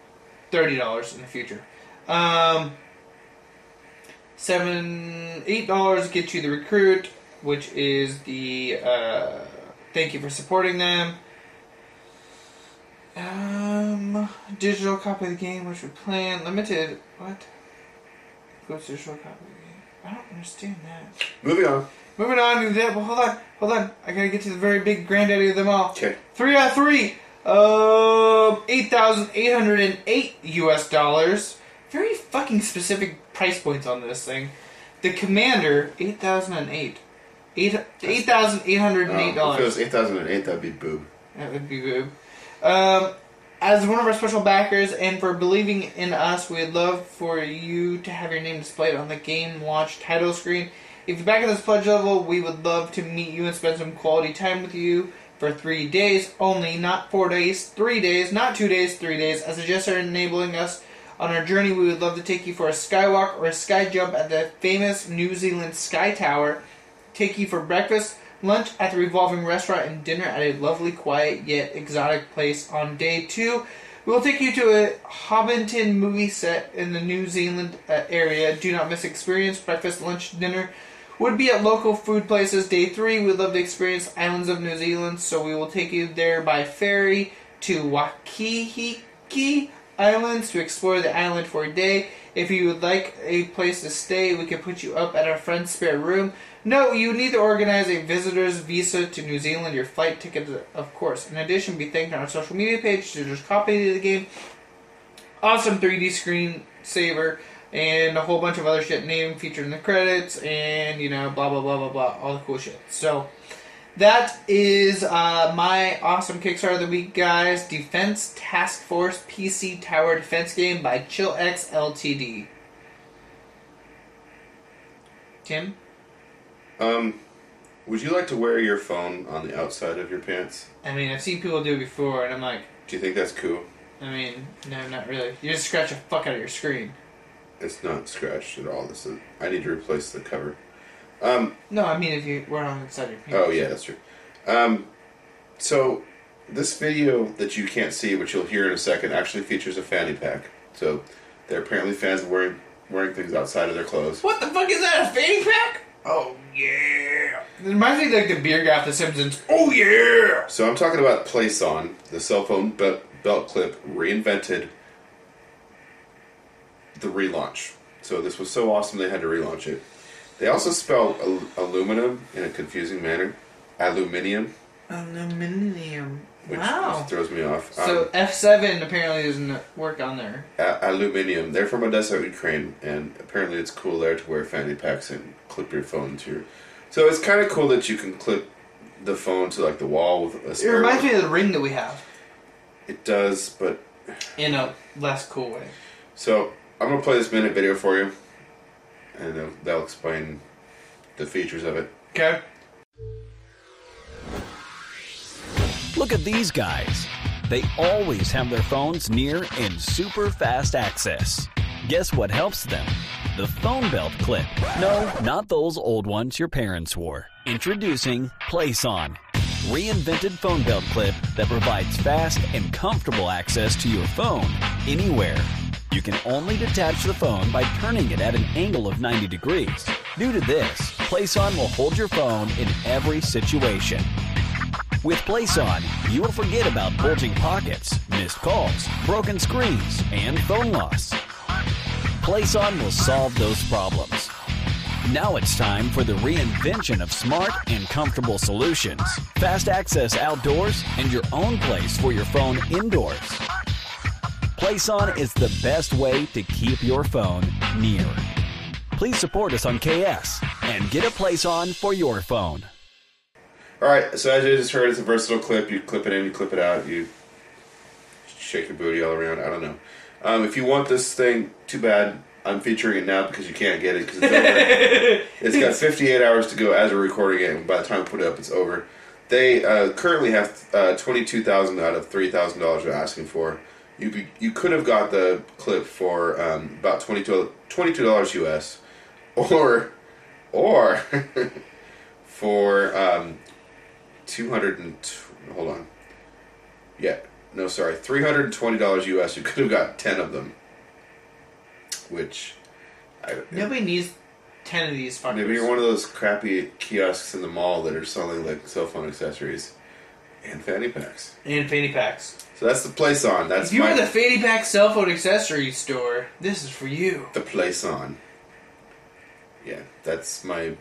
Speaker 2: thirty dollars in the future. Um, seven, eight dollars gets you the recruit which is the uh, thank you for supporting them. Um, digital copy of the game, which we plan limited. What? What's digital copy of the game? I don't understand that.
Speaker 1: Moving on.
Speaker 2: Moving on to that. Well, hold on, hold on. I gotta get to the very big granddaddy of them all.
Speaker 1: Okay.
Speaker 2: Three out of three. Um, eight thousand eight hundred and eight U.S. dollars. Very fucking specific price points on this thing. The commander, eight thousand and eight. Eight eight thousand eight hundred and eight
Speaker 1: Um, if Oh, it was
Speaker 2: dollars.
Speaker 1: eight thousand and eight, that'd be boob.
Speaker 2: That would be good. Um, as one of our special backers and for believing in us, we'd love for you to have your name displayed on the game launch title screen. If you back at this pledge level, we would love to meet you and spend some quality time with you for three days only, not four days, three days, not two days, three days. As a gesture enabling us on our journey, we would love to take you for a skywalk or a sky jump at the famous New Zealand Sky Tower take you for breakfast, lunch at the revolving restaurant, and dinner at a lovely, quiet yet exotic place. On day two, we'll take you to a Hobbiton movie set in the New Zealand uh, area. Do not miss experience. Breakfast, lunch, dinner would be at local food places. Day three, we'd love to experience islands of New Zealand, so we will take you there by ferry to Waikiki Islands to explore the island for a day. If you would like a place to stay, we can put you up at our friend's spare room. No, you need to organize a visitor's visa to New Zealand, your flight tickets, of course. In addition, be thanked on our social media page, to just copy of the game, awesome 3D screensaver, and a whole bunch of other shit named, featured in the credits, and, you know, blah, blah, blah, blah, blah, all the cool shit. So, that is uh, my awesome Kickstarter of the week, guys. Defense Task Force PC Tower Defense Game by ChillX Ltd. Tim?
Speaker 1: Um, would you like to wear your phone on the outside of your pants?
Speaker 2: I mean, I've seen people do it before, and I'm like,
Speaker 1: Do you think that's cool?
Speaker 2: I mean, no, not really. You just scratch the fuck out of your screen.
Speaker 1: It's not scratched at all. This is. I need to replace the cover. Um,
Speaker 2: No, I mean if you were on inside your pants.
Speaker 1: Oh yeah, that's true. Um, so this video that you can't see, which you'll hear in a second, actually features a fanny pack. So they're apparently fans of wearing wearing things outside of their clothes.
Speaker 2: What the fuck is that? A fanny pack? Oh yeah. It reminds me of, like the beer guy off The Simpsons. Oh yeah.
Speaker 1: So I'm talking about Place On, the cell phone belt, belt clip reinvented the relaunch. So this was so awesome they had to relaunch it. They also spelled al- aluminum in a confusing manner, aluminium,
Speaker 2: Aluminium.
Speaker 1: which,
Speaker 2: wow.
Speaker 1: which throws me off.
Speaker 2: So
Speaker 1: Um,
Speaker 2: F7 apparently doesn't work on there.
Speaker 1: a- aluminium. They're from Odessa, Ukraine, and apparently it's cool there to wear fanny packs and clip your phone to your. So it's kind of cool that you can clip the phone to like the wall with a
Speaker 2: It
Speaker 1: spare.
Speaker 2: reminds
Speaker 1: one.
Speaker 2: me of the ring that we have
Speaker 1: It does, but
Speaker 2: in a less cool way.
Speaker 1: so I'm gonna play this minute video for you, and that'll, that'll explain the features of it.
Speaker 2: Okay.
Speaker 8: Look at these guys. They always have their phones near and super fast access. Guess what helps them? The phone belt clip. No, not those old ones your parents wore. Introducing Place On. Reinvented phone belt clip that provides fast and comfortable access to your phone anywhere. You can only detach the phone by turning it at an angle of 90 degrees. Due to this, Place On will hold your phone in every situation. With Place On, you will forget about bulging pockets, missed calls, broken screens, and phone loss. Place On will solve those problems. Now it's time for the reinvention of smart and comfortable solutions. Fast access outdoors and your own place for your phone indoors. PlaceOn is the best way to keep your phone near. Please support us on KS and get a PlaceOn for your phone.
Speaker 1: All right, so as you just heard, it's a versatile clip. You clip it in, you clip it out, you shake your booty all around. I don't know. Um, if you want this thing, too bad. I'm featuring it now because you can't get it because it's over. it's got 58 hours to go as we're recording it, and by the time we put it up, it's over. They uh, currently have uh, 22,000 out of 3,000 dollars they're asking for. You be, you could have got the clip for um, about 22 dollars US, or or (laughs) for um, 200 and t- hold on, yeah, no, sorry, 320 dollars US. You could have got 10 of them, which I,
Speaker 2: Nobody needs ten of these fuckers.
Speaker 1: Maybe you're one of those crappy kiosks in the mall that are selling like cell phone accessories and fanny packs.
Speaker 2: and fanny packs.
Speaker 1: So that's the place on. That's
Speaker 2: If you
Speaker 1: my,
Speaker 2: were the fanny pack cell phone accessory store, this is for you.
Speaker 1: the place on. Yeah, that's my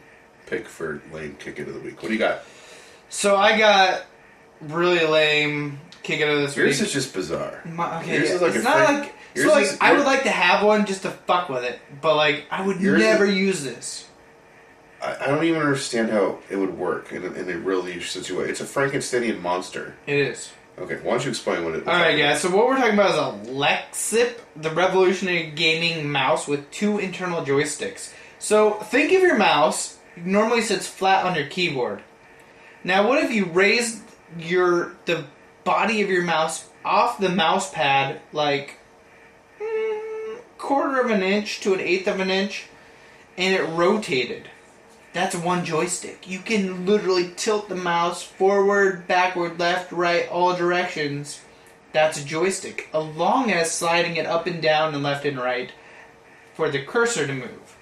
Speaker 1: pick for lame kick it of the week. What do you got?
Speaker 2: So I got really lame kick out of this
Speaker 1: Yours
Speaker 2: week.
Speaker 1: is just bizarre.
Speaker 2: My, okay,
Speaker 1: Yours
Speaker 2: yeah.
Speaker 1: is like
Speaker 2: it's
Speaker 1: a
Speaker 2: not
Speaker 1: free-
Speaker 2: like
Speaker 1: yours
Speaker 2: so. Like
Speaker 1: is-
Speaker 2: I
Speaker 1: your-
Speaker 2: would like to have one just to fuck with it, but like I would
Speaker 1: Yours is-
Speaker 2: never use this.
Speaker 1: I, I don't even understand how it would work in a, in a real life situation. It's a Frankensteinian monster.
Speaker 2: It is.
Speaker 1: Okay, why don't you explain what it?
Speaker 2: All right, guys. So what we're talking about is a Lexip, the revolutionary gaming mouse with two internal joysticks. So think of your mouse normally sits flat on your keyboard. Now, what if you raised your the body of your mouse off the mouse pad like mm, quarter of an inch to an eighth of an inch, and it rotated? That's one joystick. You can literally tilt the mouse forward, backward, left, right, all directions. That's a joystick, along as sliding it up and down and left and right for the cursor to move.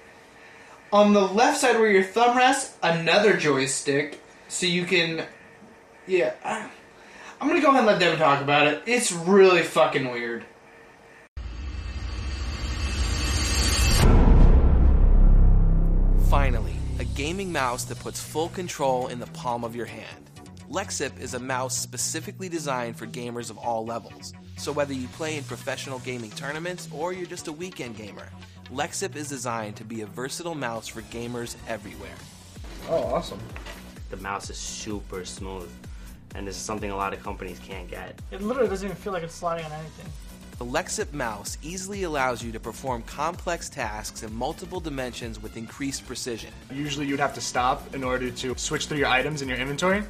Speaker 2: On the left side where your thumb rests, another joystick, so you can. Yeah. I- I'm gonna go ahead and let them talk about it. It's really fucking weird.
Speaker 5: Finally, a gaming mouse that puts full control in the palm of your hand. Lexip is a mouse specifically designed for gamers of all levels. So whether you play in professional gaming tournaments or you're just a weekend gamer, Lexip is designed to be a versatile mouse for gamers everywhere.
Speaker 9: Oh, awesome. The mouse is super smooth, and this is something a lot of companies can't get.
Speaker 10: It literally doesn't even feel like it's sliding on anything.
Speaker 5: The Lexip mouse easily allows you to perform complex tasks in multiple dimensions with increased precision.
Speaker 10: Usually you'd have to stop in order to switch through your items in your inventory.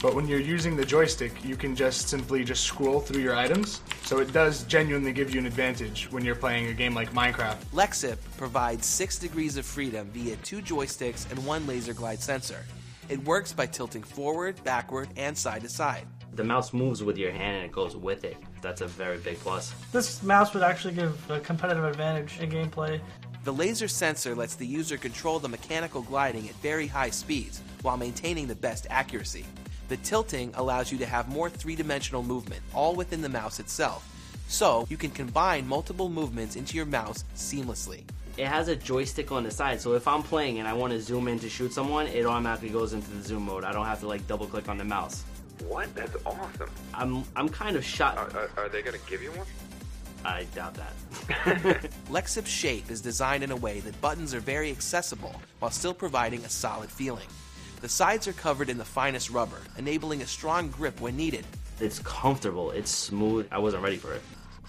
Speaker 10: But when you're using the joystick, you can just simply just scroll through your items. So it does genuinely give you an advantage when you're playing a game like Minecraft.
Speaker 5: Lexip provides six degrees of freedom via two joysticks and one laser glide sensor. It works by tilting forward, backward, and side to side.
Speaker 9: The mouse moves with your hand and it goes with it. That's a very big plus.
Speaker 10: This mouse would actually give a competitive advantage in gameplay.
Speaker 5: The laser sensor lets the user control the mechanical gliding at very high speeds while maintaining the best accuracy. The tilting allows you to have more three dimensional movement, all within the mouse itself, so you can combine multiple movements into your mouse seamlessly.
Speaker 9: It has a joystick on the side, so if I'm playing and I want to zoom in to shoot someone, it automatically goes into the zoom mode. I don't have to like double click on the mouse.
Speaker 11: What? That's awesome.
Speaker 9: I'm I'm kind of shocked.
Speaker 11: Are, are they gonna give you one?
Speaker 9: I doubt that.
Speaker 11: (laughs)
Speaker 5: Lexip's shape is designed in a way that buttons are very accessible while still providing a solid feeling. The sides are covered in the finest rubber, enabling a strong grip when needed.
Speaker 9: It's comfortable. It's smooth. I wasn't ready for it.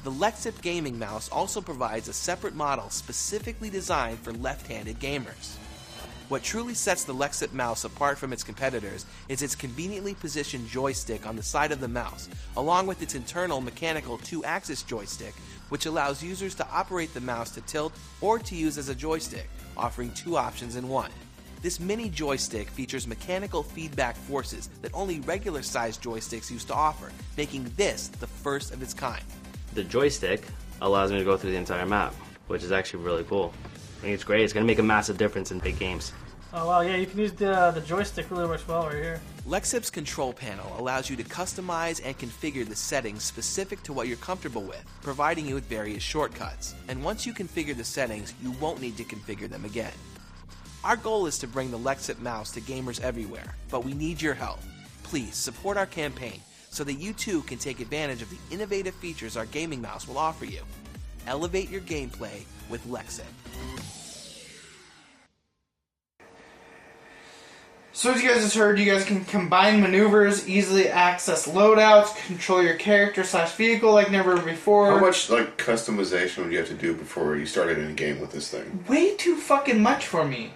Speaker 5: The Lexip gaming mouse also provides a separate model specifically designed for left-handed gamers. What truly sets the Lexip mouse apart from its competitors is its conveniently positioned joystick on the side of the mouse, along with its internal mechanical two-axis joystick, which allows users to operate the mouse to tilt or to use as a joystick, offering two options in one. This mini joystick features mechanical feedback forces that only regular sized joysticks used to offer, making this the first of its kind.
Speaker 9: The joystick allows me to go through the entire map, which is actually really cool. I think it's great. It's gonna make a massive difference in big games.
Speaker 10: Oh wow, yeah, you can use the the joystick really works well right here.
Speaker 5: Lexip's control panel allows you to customize and configure the settings specific to what you're comfortable with, providing you with various shortcuts. And once you configure the settings, you won't need to configure them again. Our goal is to bring the Lexit mouse to gamers everywhere, but we need your help. Please support our campaign so that you too can take advantage of the innovative features our gaming mouse will offer you. Elevate your gameplay with Lexit.
Speaker 2: So as you guys just heard, you guys can combine maneuvers, easily access loadouts, control your character slash vehicle like never before.
Speaker 1: How much like customization would you have to do before you started in a game with this thing?
Speaker 2: Way too fucking much for me.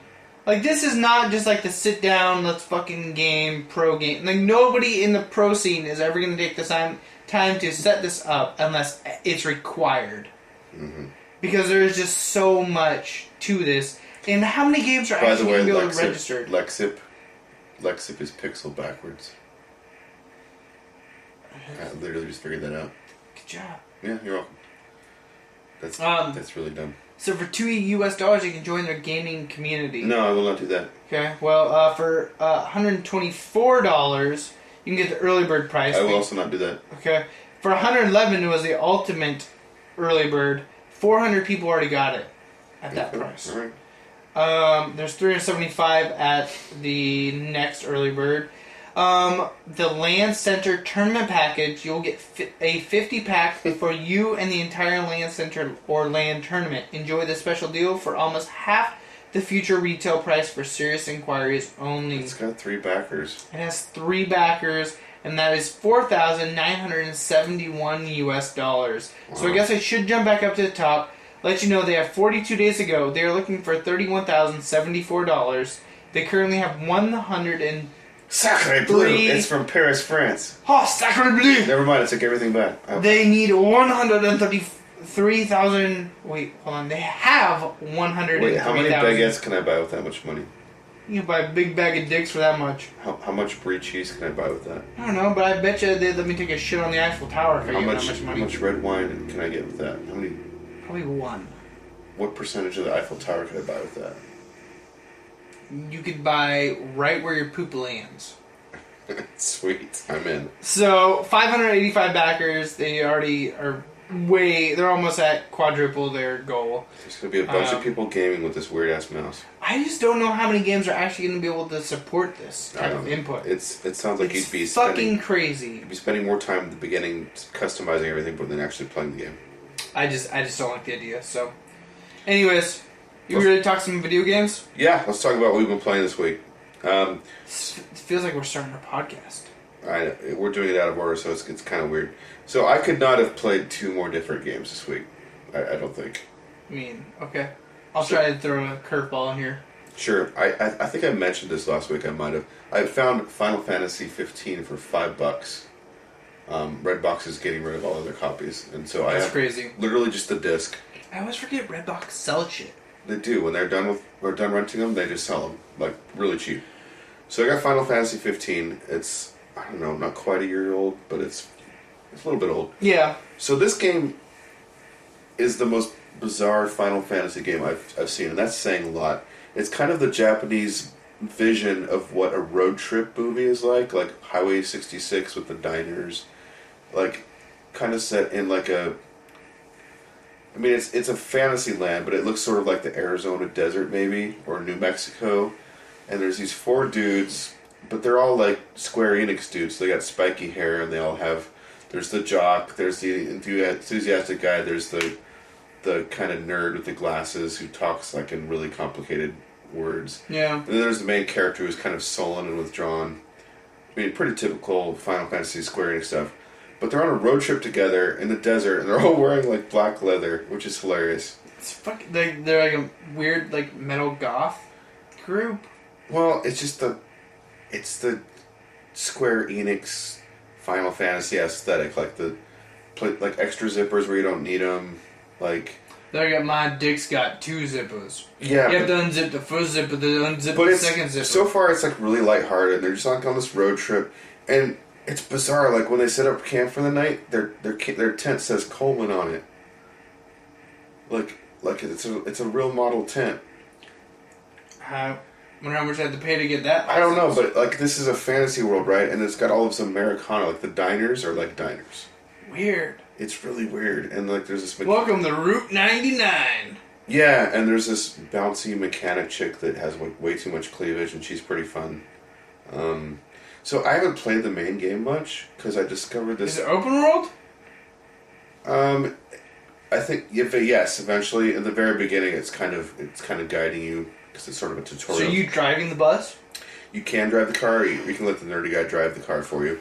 Speaker 2: Like this is not just like the sit down, let's fucking game pro game. Like nobody in the pro scene is ever gonna take the time time to set this up unless it's required.
Speaker 1: Mm-hmm.
Speaker 2: Because there is just so much to this. And how many games are
Speaker 1: By the
Speaker 2: actually
Speaker 1: way,
Speaker 2: going to be able to register?
Speaker 1: Lexip, Lexip, Lexip is pixel backwards. I literally just figured that out.
Speaker 2: Good job.
Speaker 1: Yeah, you're welcome. That's
Speaker 2: Um,
Speaker 1: that's really dumb.
Speaker 2: So for two US dollars, you can join their gaming community.
Speaker 1: No, I will not do that.
Speaker 2: Okay. Well, uh, for uh, one hundred twenty-four dollars, you can get the early bird price.
Speaker 1: I will also not do that.
Speaker 2: Okay. For one hundred eleven, it was the ultimate early bird. Four hundred people already got it at that
Speaker 1: Okay,
Speaker 2: price.
Speaker 1: all right.
Speaker 2: Um, there's three hundred seventy-five at the next early bird. Um, the Land Center tournament package, you'll get fi- a 50 pack for you and the entire Land Center or Land tournament. Enjoy the special deal for almost half the future retail price for serious inquiries only.
Speaker 1: It's got three backers.
Speaker 2: It has three backers, and that is four thousand nine hundred and seventy-one U.S. dollars. So I guess I should jump back up to the top. Let you know they have forty-two days ago. They are looking for thirty-one thousand seventy-four dollars. They currently have one hundred and
Speaker 1: Sacre bleu! It's from Paris, France.
Speaker 2: Oh, sacre bleu!
Speaker 1: Never mind. I took everything back. I-
Speaker 2: They need one hundred and thirty-three thousand. Wait, hold on. They have one hundred
Speaker 1: Wait,
Speaker 2: and
Speaker 1: how many
Speaker 2: three thousand.
Speaker 1: baguettes can I buy with that much money?
Speaker 2: You can buy a big bag of dicks for that much.
Speaker 1: How, how much brie cheese can I buy with that?
Speaker 2: I don't know, but I bet you they let me take a shit on the Eiffel Tower for
Speaker 1: How
Speaker 2: you.
Speaker 1: much,
Speaker 2: how much
Speaker 1: how
Speaker 2: money?
Speaker 1: much red wine can I get with that? How many?
Speaker 2: Probably one.
Speaker 1: What percentage of the Eiffel Tower could I buy with that? (laughs)
Speaker 2: You could buy right where your poop lands.
Speaker 1: Sweet, I'm in.
Speaker 2: So 585 backers. They already are way. They're almost at quadruple their goal.
Speaker 1: There's gonna be a bunch
Speaker 2: Um,
Speaker 1: of people gaming with this weird ass mouse.
Speaker 2: I just don't know how many games are actually going to be able to support this
Speaker 1: I
Speaker 2: type
Speaker 1: don't
Speaker 2: of
Speaker 1: know.
Speaker 2: input.
Speaker 1: Um, It's it sounds like you'd be
Speaker 2: Fucking
Speaker 1: spending,
Speaker 2: crazy.
Speaker 1: you'd be spending more time at the beginning customizing everything, but then actually playing the game.
Speaker 2: I just I just don't like the idea. So, anyways, you
Speaker 1: Let's-
Speaker 2: ready to talk some video games?
Speaker 1: Yeah, let's talk about what we've been playing this week. Um,
Speaker 2: It feels like we're starting a podcast.
Speaker 1: I, we're doing it out of order, so it's, it's kind of weird. So I could not have played two more different games this week. I, I don't think.
Speaker 2: I mean, okay. I'll try to throw a curveball in here.
Speaker 1: Sure, I, I I think I mentioned this last week. I might have. I found Final Fantasy 15 for five bucks. Um, Redbox is getting rid of all of their copies, and so I
Speaker 2: That's
Speaker 1: have
Speaker 2: crazy.
Speaker 1: Literally just the disc.
Speaker 2: I always forget Redbox sells shit.
Speaker 1: They do when they're done with or done renting them, they just sell them like really cheap. So I got Final Fantasy 15. It's I don't know, not quite a year old, but it's it's a little bit old.
Speaker 2: Yeah.
Speaker 1: So this game is the most bizarre Final Fantasy game I've, I've seen, and that's saying a lot. It's kind of the Japanese vision of what a road trip movie is like, like Highway 66 with the diners, like kind of set in like a. I mean, it's it's a fantasy land, but it looks sort of like the Arizona desert, maybe, or New Mexico. And there's these four dudes, but they're all like Square Enix dudes. They got spiky hair, and they all have. There's the jock. There's the enthu- enthusiastic guy. There's the the kind of nerd with the glasses who talks like in really complicated words.
Speaker 2: Yeah.
Speaker 1: And then there's the main character who's kind of sullen and withdrawn. I mean, pretty typical Final Fantasy Square Enix stuff. But they're on a road trip together in the desert, and they're (laughs) all wearing like black leather, which is hilarious.
Speaker 2: It's fucking. They, they're like a weird, like metal goth group.
Speaker 1: Well, it's just the, it's the Square Enix Final Fantasy aesthetic, like the, pla- like extra zippers where you don't need them, like.
Speaker 2: They got my dick's got two zippers.
Speaker 1: Yeah,
Speaker 2: You have
Speaker 1: but-
Speaker 2: to unzip the first zipper, then unzip
Speaker 1: But
Speaker 2: the
Speaker 1: it's
Speaker 2: second zipper.
Speaker 1: so far it's like really lighthearted. They're just like on this road trip, and it's bizarre. Like when they set up camp for the night, their their ca- their tent says Coleman on it. Like like it's a it's a real model tent.
Speaker 2: I wonder how much I had to pay to get that.
Speaker 1: I don't know, but like this is a fantasy world, right? And it's got all of this Americana. Like the diners are like diners.
Speaker 2: Weird.
Speaker 1: It's really weird, and like there's this. mech-
Speaker 2: Welcome to Route 99.
Speaker 1: Yeah, and there's this bouncy mechanic chick that has like way too much cleavage, and she's pretty fun. Um, so I haven't played the main game much because I discovered this.
Speaker 2: Is it open world?
Speaker 1: Um, I think if yes, eventually in the very beginning, it's kind of it's kind of guiding you because it's sort of a
Speaker 2: So
Speaker 1: tutorial.
Speaker 2: you driving the bus?
Speaker 1: You can drive the car. Or you, you can let the nerdy guy drive the car for you.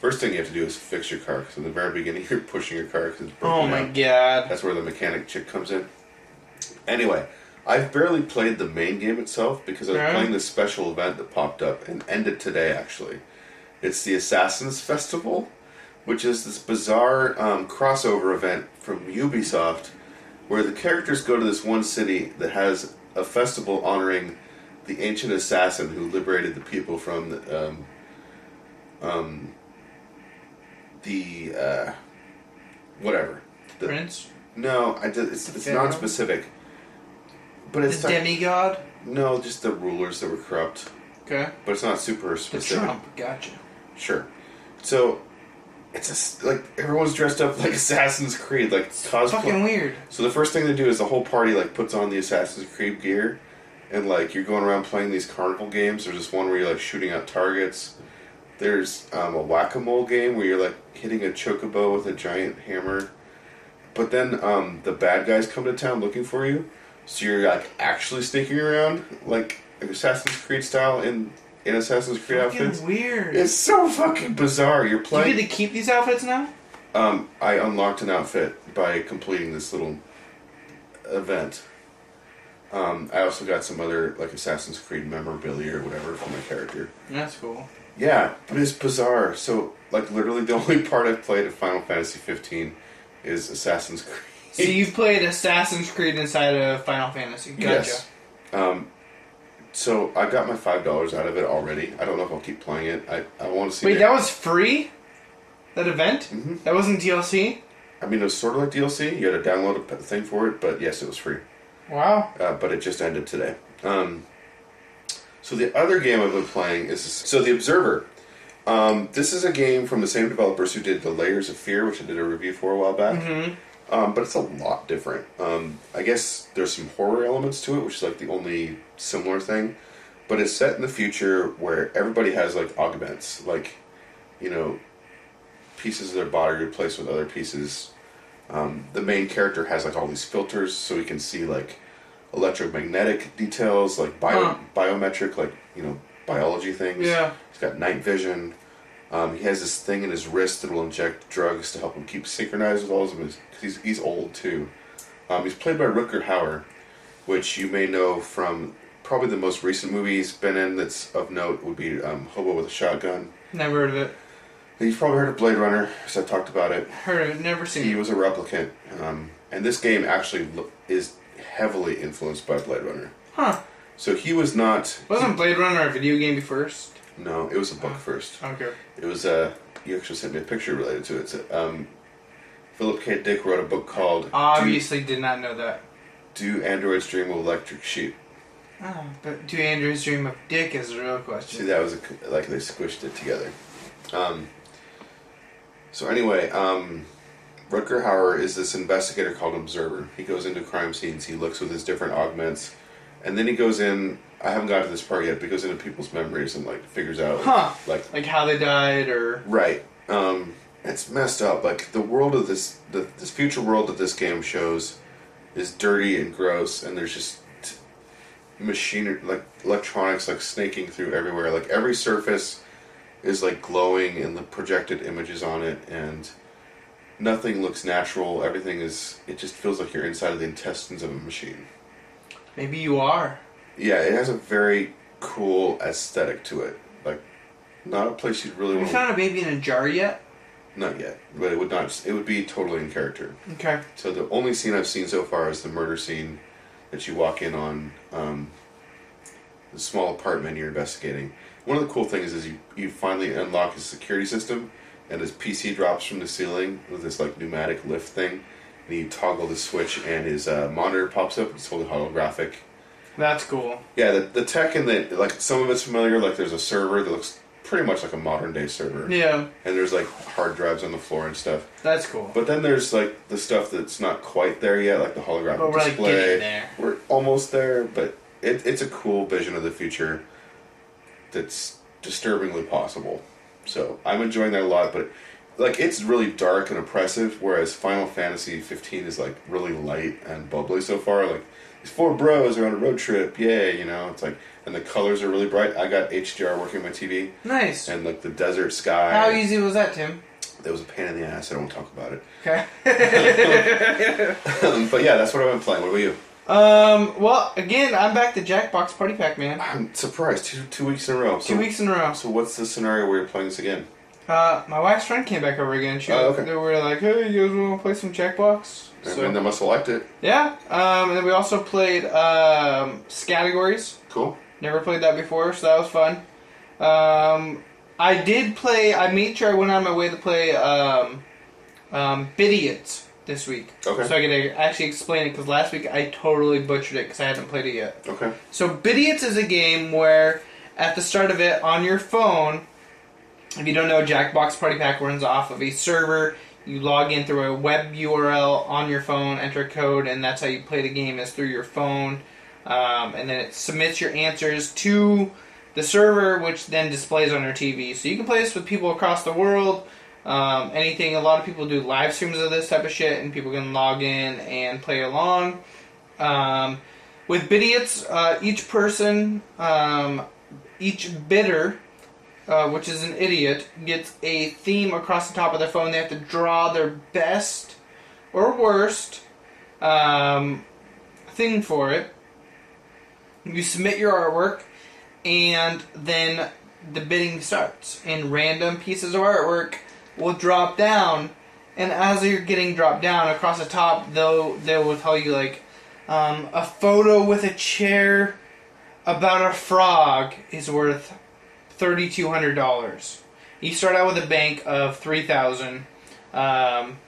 Speaker 1: First thing you have to do is fix your car because in the very beginning (laughs) you're pushing your car because it's broken
Speaker 2: Oh my
Speaker 1: down.
Speaker 2: god.
Speaker 1: That's where the mechanic chick comes in. Anyway, I've barely played the main game itself because I was
Speaker 2: Yeah.
Speaker 1: playing this special event that popped up and ended today, actually. It's the Assassin's Festival, which is this bizarre um, crossover event from Ubisoft where the characters go to this one city that has a festival honoring the ancient assassin who liberated the people from the, um, um, the uh, whatever. The,
Speaker 2: Prince?
Speaker 1: No, I did, it's, it's
Speaker 2: Pharaoh?
Speaker 1: non-specific. But it's
Speaker 2: The demigod?
Speaker 1: No, just the rulers that were corrupt.
Speaker 2: Okay.
Speaker 1: But it's not super
Speaker 2: The
Speaker 1: specific.
Speaker 2: Trump. Gotcha.
Speaker 1: Sure. So it's a, s- like everyone's dressed up (laughs) like Assassin's Creed, like cosplay.
Speaker 2: fucking weird.
Speaker 1: So the first thing they do is the whole party like puts on the Assassin's Creed gear, and like you're going around playing these carnival games. There's this one where you're like shooting out targets. There's um, a whack-a-mole game where you're like hitting a chocobo with a giant hammer. But then um, the bad guys come to town looking for you, so you're like actually sneaking around like Assassin's Creed style in in Assassin's Creed outfits.
Speaker 2: Fucking weird.
Speaker 1: It's so fucking bizarre. You're
Speaker 2: Do you
Speaker 1: playing.
Speaker 2: get to keep these outfits now?
Speaker 1: Um, I unlocked an outfit by completing this little event. Um, I also got some other like Assassin's Creed memorabilia or whatever for my character.
Speaker 2: That's cool.
Speaker 1: Yeah, but it's bizarre. So like literally the (laughs) only part I've played of Final Fantasy 15 is Assassin's Creed.
Speaker 2: So you've played Assassin's Creed inside of Final Fantasy. Gotcha.
Speaker 1: Um, so I got my five dollars out of it already. I don't know if I'll keep playing it. I, I want to see.
Speaker 2: Wait,
Speaker 1: the-
Speaker 2: that was free? That event? Mm-hmm. That wasn't DLC?
Speaker 1: I mean, it was sort of like DLC. You had to download a p- thing for it, but yes, it was free.
Speaker 2: Wow.
Speaker 1: uh, but it just ended today. Um, so the other game I've been playing is so the Observer. Um, this is a game from the same developers who did the Layers of Fear, which I did a review for a while back.
Speaker 2: Mhm.
Speaker 1: Um, but it's a lot different. Um, I guess there's some horror elements to it, which is like the only similar thing. But it's set in the future where everybody has like augments, like you know, pieces of their body replaced with other pieces. Um, the main character has like all these filters, so he can see like electromagnetic details, like bio
Speaker 2: Huh.
Speaker 1: biometric, like you know, biology things.
Speaker 2: Yeah.
Speaker 1: He's got night vision. Um, he has this thing in his wrist that will inject drugs to help him keep synchronized with all of his. Cause he's he's old too. Um, he's played by Rutger Hauer, which you may know from probably the most recent movie he's been in. That's of note would be um, Hobo with a Shotgun.
Speaker 2: Never heard of it.
Speaker 1: You've probably heard of Blade Runner, because I talked about it.
Speaker 2: Heard of it, never seen
Speaker 1: He was a replicant, um, and this game actually lo- is heavily influenced by Blade Runner.
Speaker 2: Huh.
Speaker 1: So he was not.
Speaker 2: Wasn't Blade Runner a video game first?
Speaker 1: No, it was a book first.
Speaker 2: Okay.
Speaker 1: It was uh, you actually sent me a picture related to it. It's, um, Philip K. Dick wrote a book called
Speaker 2: Obviously did not know that.
Speaker 1: "Do, Do Androids Dream of Electric Sheep?"
Speaker 2: Oh, but do Andrews dream of dick is a real question.
Speaker 1: See, that was a, like they squished it together. Um, so anyway, um, Rutger Hauer is this investigator called Observer. He goes into crime scenes. He looks with his different augments, and then he goes in. I haven't got to this part yet, but he goes into people's memories and like figures out
Speaker 2: Huh.
Speaker 1: like
Speaker 2: Like how they died or
Speaker 1: Right. Um, it's messed up. Like the world of this, the, this future world that this game shows, is dirty and gross, and there's just t- machinery, like electronics, like snaking through everywhere. Like every surface is like glowing, and the projected images on it, and nothing looks natural. Everything is. It just feels like you're inside of the intestines of a machine.
Speaker 2: maybe you are.
Speaker 1: Yeah, it has a very cool aesthetic to it. Like, not a place you'd really
Speaker 2: Have you
Speaker 1: want. to
Speaker 2: found a baby in a jar yet?
Speaker 1: Not yet, but it would not. It would be totally in character.
Speaker 2: Okay.
Speaker 1: So the only scene I've seen so far is the murder scene that you walk in on um, the small apartment you're investigating. One of the cool things is you, you finally unlock his security system, and his PC drops from the ceiling with this like pneumatic lift thing, and you toggle the switch, and his uh, monitor pops up. It's totally holographic.
Speaker 2: That's cool.
Speaker 1: Yeah, the, the tech in the like some of it's familiar. Like there's a server that looks pretty much like a modern day server.
Speaker 2: Yeah.
Speaker 1: And there's like hard drives on the floor and stuff.
Speaker 2: That's cool.
Speaker 1: But then there's like the stuff that's not quite there yet, like the holographic
Speaker 2: But we're, like,
Speaker 1: display.
Speaker 2: getting there.
Speaker 1: We're almost there, but it, it's a cool vision of the future that's disturbingly possible. So I'm enjoying that a lot, but like it's really dark and oppressive, whereas Final Fantasy 15 is like really light and bubbly so far. Like these four bros are on a road trip, yay! You know, it's like and the colors are really bright. I got HDR working on my TV,
Speaker 2: Nice.
Speaker 1: and like the desert sky.
Speaker 2: How easy was that, Tim?
Speaker 1: That was a pain in the ass. I don't want to talk about it.
Speaker 2: Okay. (laughs)
Speaker 1: but yeah, that's what I've been playing. What about you?
Speaker 2: Um. Well, again, I'm back to Jackbox Party Pack, man.
Speaker 1: (clears throat) I'm surprised. Two two weeks in a row.
Speaker 2: Two weeks in a row.
Speaker 1: So what's the scenario where you're playing this again?
Speaker 2: Uh, my wife's friend came back over again. She,
Speaker 1: Oh, okay.
Speaker 2: They were like, "Hey, you guys want to play some Jackbox?" So-
Speaker 1: and they must have liked it.
Speaker 2: Yeah, um, and then we also played um, categories.
Speaker 1: Cool.
Speaker 2: Never played that before, so that was fun. Um, I did play. I made sure I went out of my way to play um, um, Bidiot this week,
Speaker 1: Okay.
Speaker 2: so I could actually explain it because last week I totally butchered it because I hadn't played it yet.
Speaker 1: Okay.
Speaker 2: So Bidiots is a game where at the start of it on your phone, if you don't know, Jackbox Party Pack runs off of a server. You log in through a web URL on your phone, enter code, and that's how you play the game is through your phone. Um, and then it submits your answers to the server, which then displays on your TV. So you can play this with people across the world. Um, anything, a lot of people do live streams of this type of shit, and people can log in and play along. Um, with bidiots, uh, each person, um, each bidder, uh, which is an idiot, gets a theme across the top of their phone. They have to draw their best or worst um, thing for it. You submit your artwork, and then the bidding starts. And random pieces of artwork will drop down. And as you're getting dropped down across the top, they'll they will tell you like um, a photo with a chair about a frog is worth thirty two hundred dollars. You start out with a bank of three thousand, um,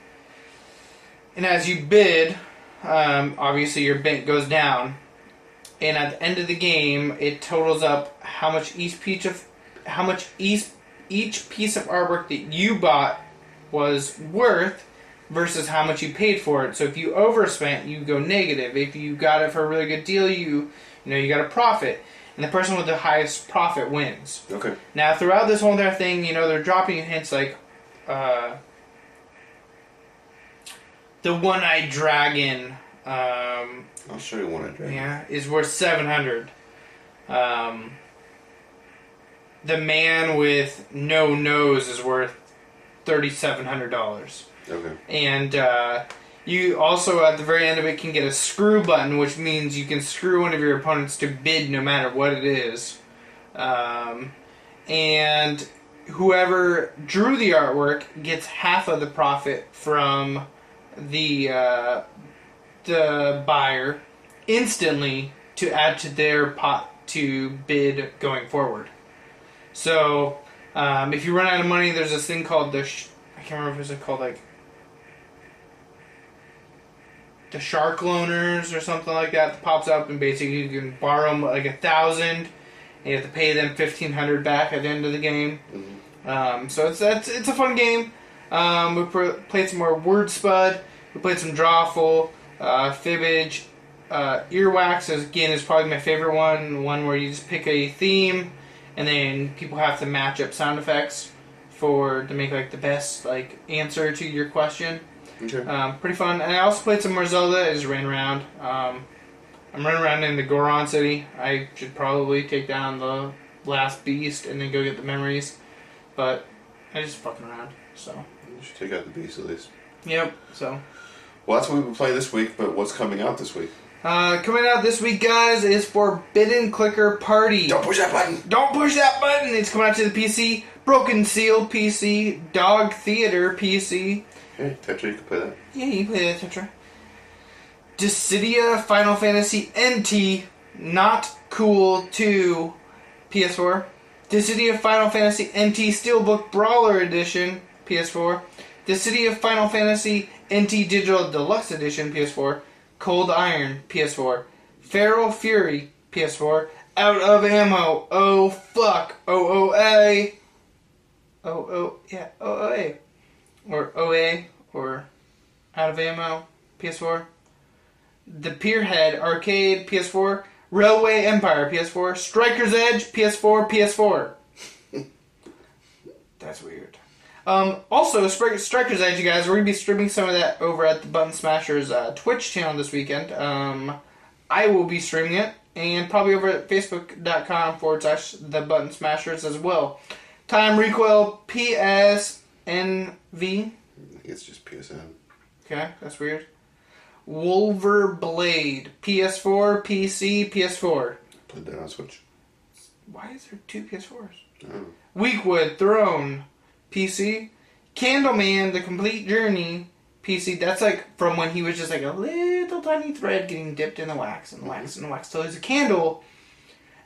Speaker 2: and as you bid, um, obviously your bank goes down. And at the end of the game, it totals up how much each piece of how much each each piece of artwork that you bought was worth versus how much you paid for it. So if you overspent, you go negative. If you got it for a really good deal, you you know you got a profit, and the person with the highest profit wins.
Speaker 1: Okay.
Speaker 2: Now throughout this whole entire thing, you know they're dropping you hints like uh, the one-eyed dragon. Um,
Speaker 1: I'll show you one I did.
Speaker 2: yeah, is worth seven hundred. Um, the man with no nose is worth thirty-seven hundred dollars.
Speaker 1: Okay.
Speaker 2: And uh, you also, at the very end of it, can get a screw button, which means you can screw one of your opponents to bid no matter what it is. Um, and whoever drew the artwork gets half of the profit from the uh, the buyer instantly to add to their pot to bid going forward. So um, if you run out of money, there's this thing called the sh- I can't remember if it's called like the shark loaners or something like that that pops up and basically you can borrow 'em, like a thousand and you have to pay them 1500 back at the end of the game um, so it's that's it's a fun game um, we pr- played some more word spud we played some drawful uh, fibbage uh, earwax is, again is probably my favorite one one where you just pick a theme and then people have to match up sound effects for to make like the best like answer to your question
Speaker 1: Okay.
Speaker 2: um, pretty fun. And I also played some more Zelda. I just ran around. Um, I'm running around in the Goron City. I should probably take down the last beast and then go get the memories. But I just fucking around. So.
Speaker 1: You should take out the beast at least.
Speaker 2: Yep. So.
Speaker 1: Well, that's what we've been playing this week. But what's coming out this week?
Speaker 2: Uh, coming out this week, guys, is Forbidden Clicker Party. Don't
Speaker 1: push that button.
Speaker 2: Don't push that button. It's coming out to the PC, Broken Seal PC, Dog Theater PC.
Speaker 1: Hey, Tetra, you can play that.
Speaker 2: Yeah, you can play that Tetra. Dissidia Final Fantasy NT, not cool 2, PS4. Dissidia Final Fantasy NT Steelbook Brawler Edition, PS4. Dissidia Final Fantasy NT Digital Deluxe Edition, PS4. Cold Iron, PS4. Feral Fury, PS4. Out of ammo, oh fuck, OOA, Oh, oh, yeah, OOA. Or OA, or out of ammo, PS4. The Pierhead Arcade, PS4. Railway Empire, PS4. Striker's Edge, PS4, PS4. (laughs) That's weird. Um, also, Stri- Striker's Edge, you guys, we're going to be streaming some of that over at the Button Smashers uh, Twitch channel this weekend. Um, I will be streaming it, and probably over at facebook.com forward slash the Button Smashers as well. Time Recoil PSNV.
Speaker 1: It's just PSN.
Speaker 2: Okay, that's weird. Wolver Blade PS4, PC, PS4.
Speaker 1: Played that on Switch.
Speaker 2: Why is there two PS4s?
Speaker 1: Oh.
Speaker 2: Weakwood Throne, PC. Candleman: The Complete Journey, PC. That's like from when he was just like a little tiny thread getting dipped in the wax and wax and wax till he's a candle,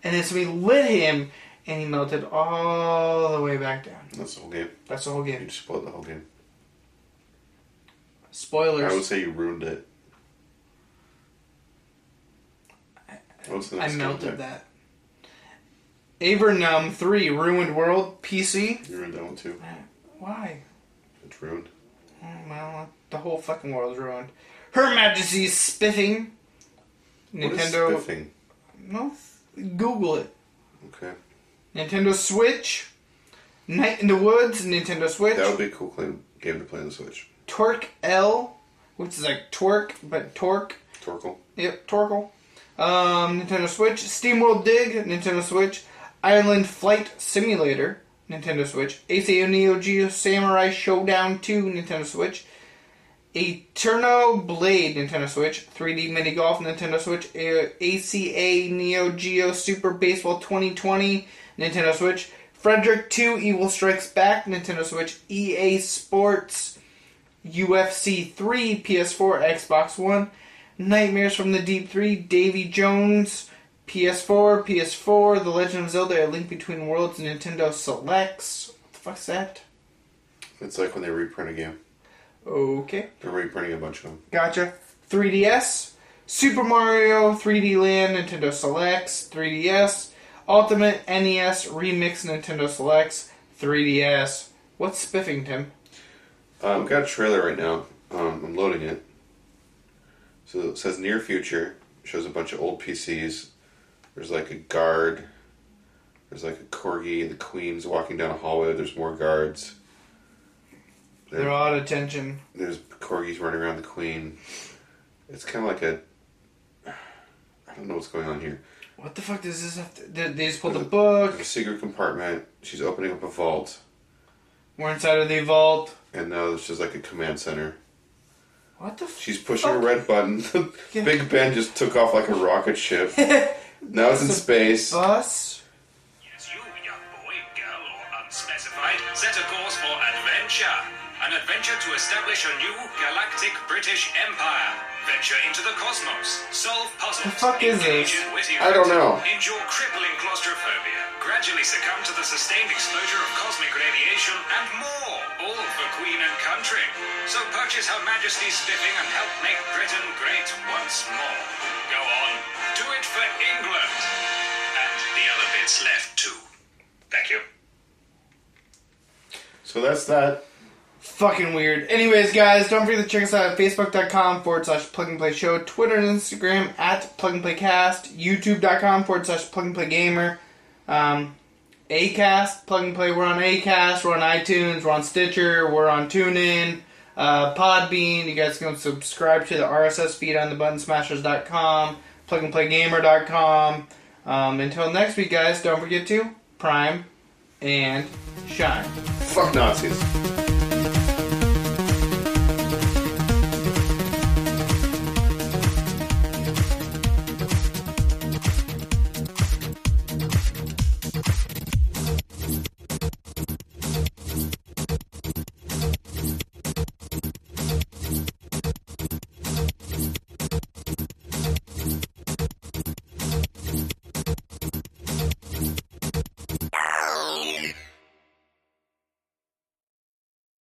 Speaker 2: and then somebody lit him and he melted all the way back down.
Speaker 1: That's the whole game.
Speaker 2: That's the whole game.
Speaker 1: You just spoiled the whole game.
Speaker 2: Spoilers.
Speaker 1: I would say you ruined it. What's the
Speaker 2: I
Speaker 1: next game
Speaker 2: melted
Speaker 1: there?
Speaker 2: that. Avernum 3 Ruined World PC.
Speaker 1: You ruined that one too.
Speaker 2: Why?
Speaker 1: It's ruined.
Speaker 2: Mm, Well, the whole fucking world's ruined. Her Majesty's spiffing.
Speaker 1: What is
Speaker 2: Nintendo.
Speaker 1: spiffing?
Speaker 2: No, f- Google it.
Speaker 1: Okay.
Speaker 2: Nintendo Switch. Night in the Woods. Nintendo Switch.
Speaker 1: That would be a cool claim, game to play on the Switch.
Speaker 2: Torque L, which is like twerk, but torque.
Speaker 1: Torkoal.
Speaker 2: Yep, Torkoal. Um, Nintendo Switch, SteamWorld Dig, Nintendo Switch, Island Flight Simulator, Nintendo Switch, ACO Neo Geo Samurai Showdown 2, Nintendo Switch, Eterno Blade, Nintendo Switch, 3D Mini Golf, Nintendo Switch, A- ACA Neo Geo Super Baseball 2020, Nintendo Switch, Frederick 2 Evil Strikes Back, Nintendo Switch, EA Sports, UFC 3, PS4, Xbox One, Nightmares from the Deep 3, Davy Jones, PS4, PS4, The Legend of Zelda, A Link Between Worlds, Nintendo Selects. What the fuck's that?
Speaker 1: It's like when they reprint a game.
Speaker 2: Okay.
Speaker 1: They're reprinting a bunch of them.
Speaker 2: Gotcha. 3DS, Super Mario 3D Land, Nintendo Selects, 3DS, Ultimate NES Remix, Nintendo Selects, 3DS. What's spiffing, Tim?
Speaker 1: Um, I've got a trailer right now. Um, I'm loading it. So it says near future. Shows a bunch of old PCs. There's like a guard. There's like a corgi. The queen's walking down a hallway. There's more guards. There-
Speaker 2: They're all out of tension.
Speaker 1: there's corgis running around the queen. It's kind of like a. (sighs) I don't know what's going on here.
Speaker 2: What the fuck does this have to... They they just pulled the book.
Speaker 1: There's a secret compartment. She's opening up a vault,
Speaker 2: We're inside of the vault.
Speaker 1: and now there's just like a command center.
Speaker 2: What the
Speaker 1: She's pushing a red button. (laughs) Big Ben just took off like a rocket ship. now it's in space.
Speaker 2: Uh. Bus.
Speaker 12: Unspecified, set a course for adventure. An adventure to establish a new galactic British empire. Venture into the cosmos, solve puzzles.
Speaker 2: The fuck is
Speaker 12: engage
Speaker 2: this?
Speaker 12: in witty
Speaker 2: I don't know.
Speaker 12: writing, Endure crippling claustrophobia. Gradually succumb to the sustained exposure of cosmic radiation and more. All for queen and country. So purchase Her Majesty's spiffing and help make Britain great once more. Go on, do it for England. And the other bits left too. Thank you.
Speaker 1: So that's that.
Speaker 2: Fucking weird. Anyways, guys, don't forget to check us out at facebook.com forward slash plug and play show, Twitter and Instagram at plug and play cast, youtube.com forward slash plug and play gamer, um, Acast, plug and play. We're on Acast, we're on iTunes, we're on Stitcher, we're on TuneIn, uh, Podbean. You guys can subscribe to the RSS feed on the buttonsmashers.com, plugandplaygamer.com. Um, until next week, guys, don't forget to prime and shine.
Speaker 1: Fuck Nazis.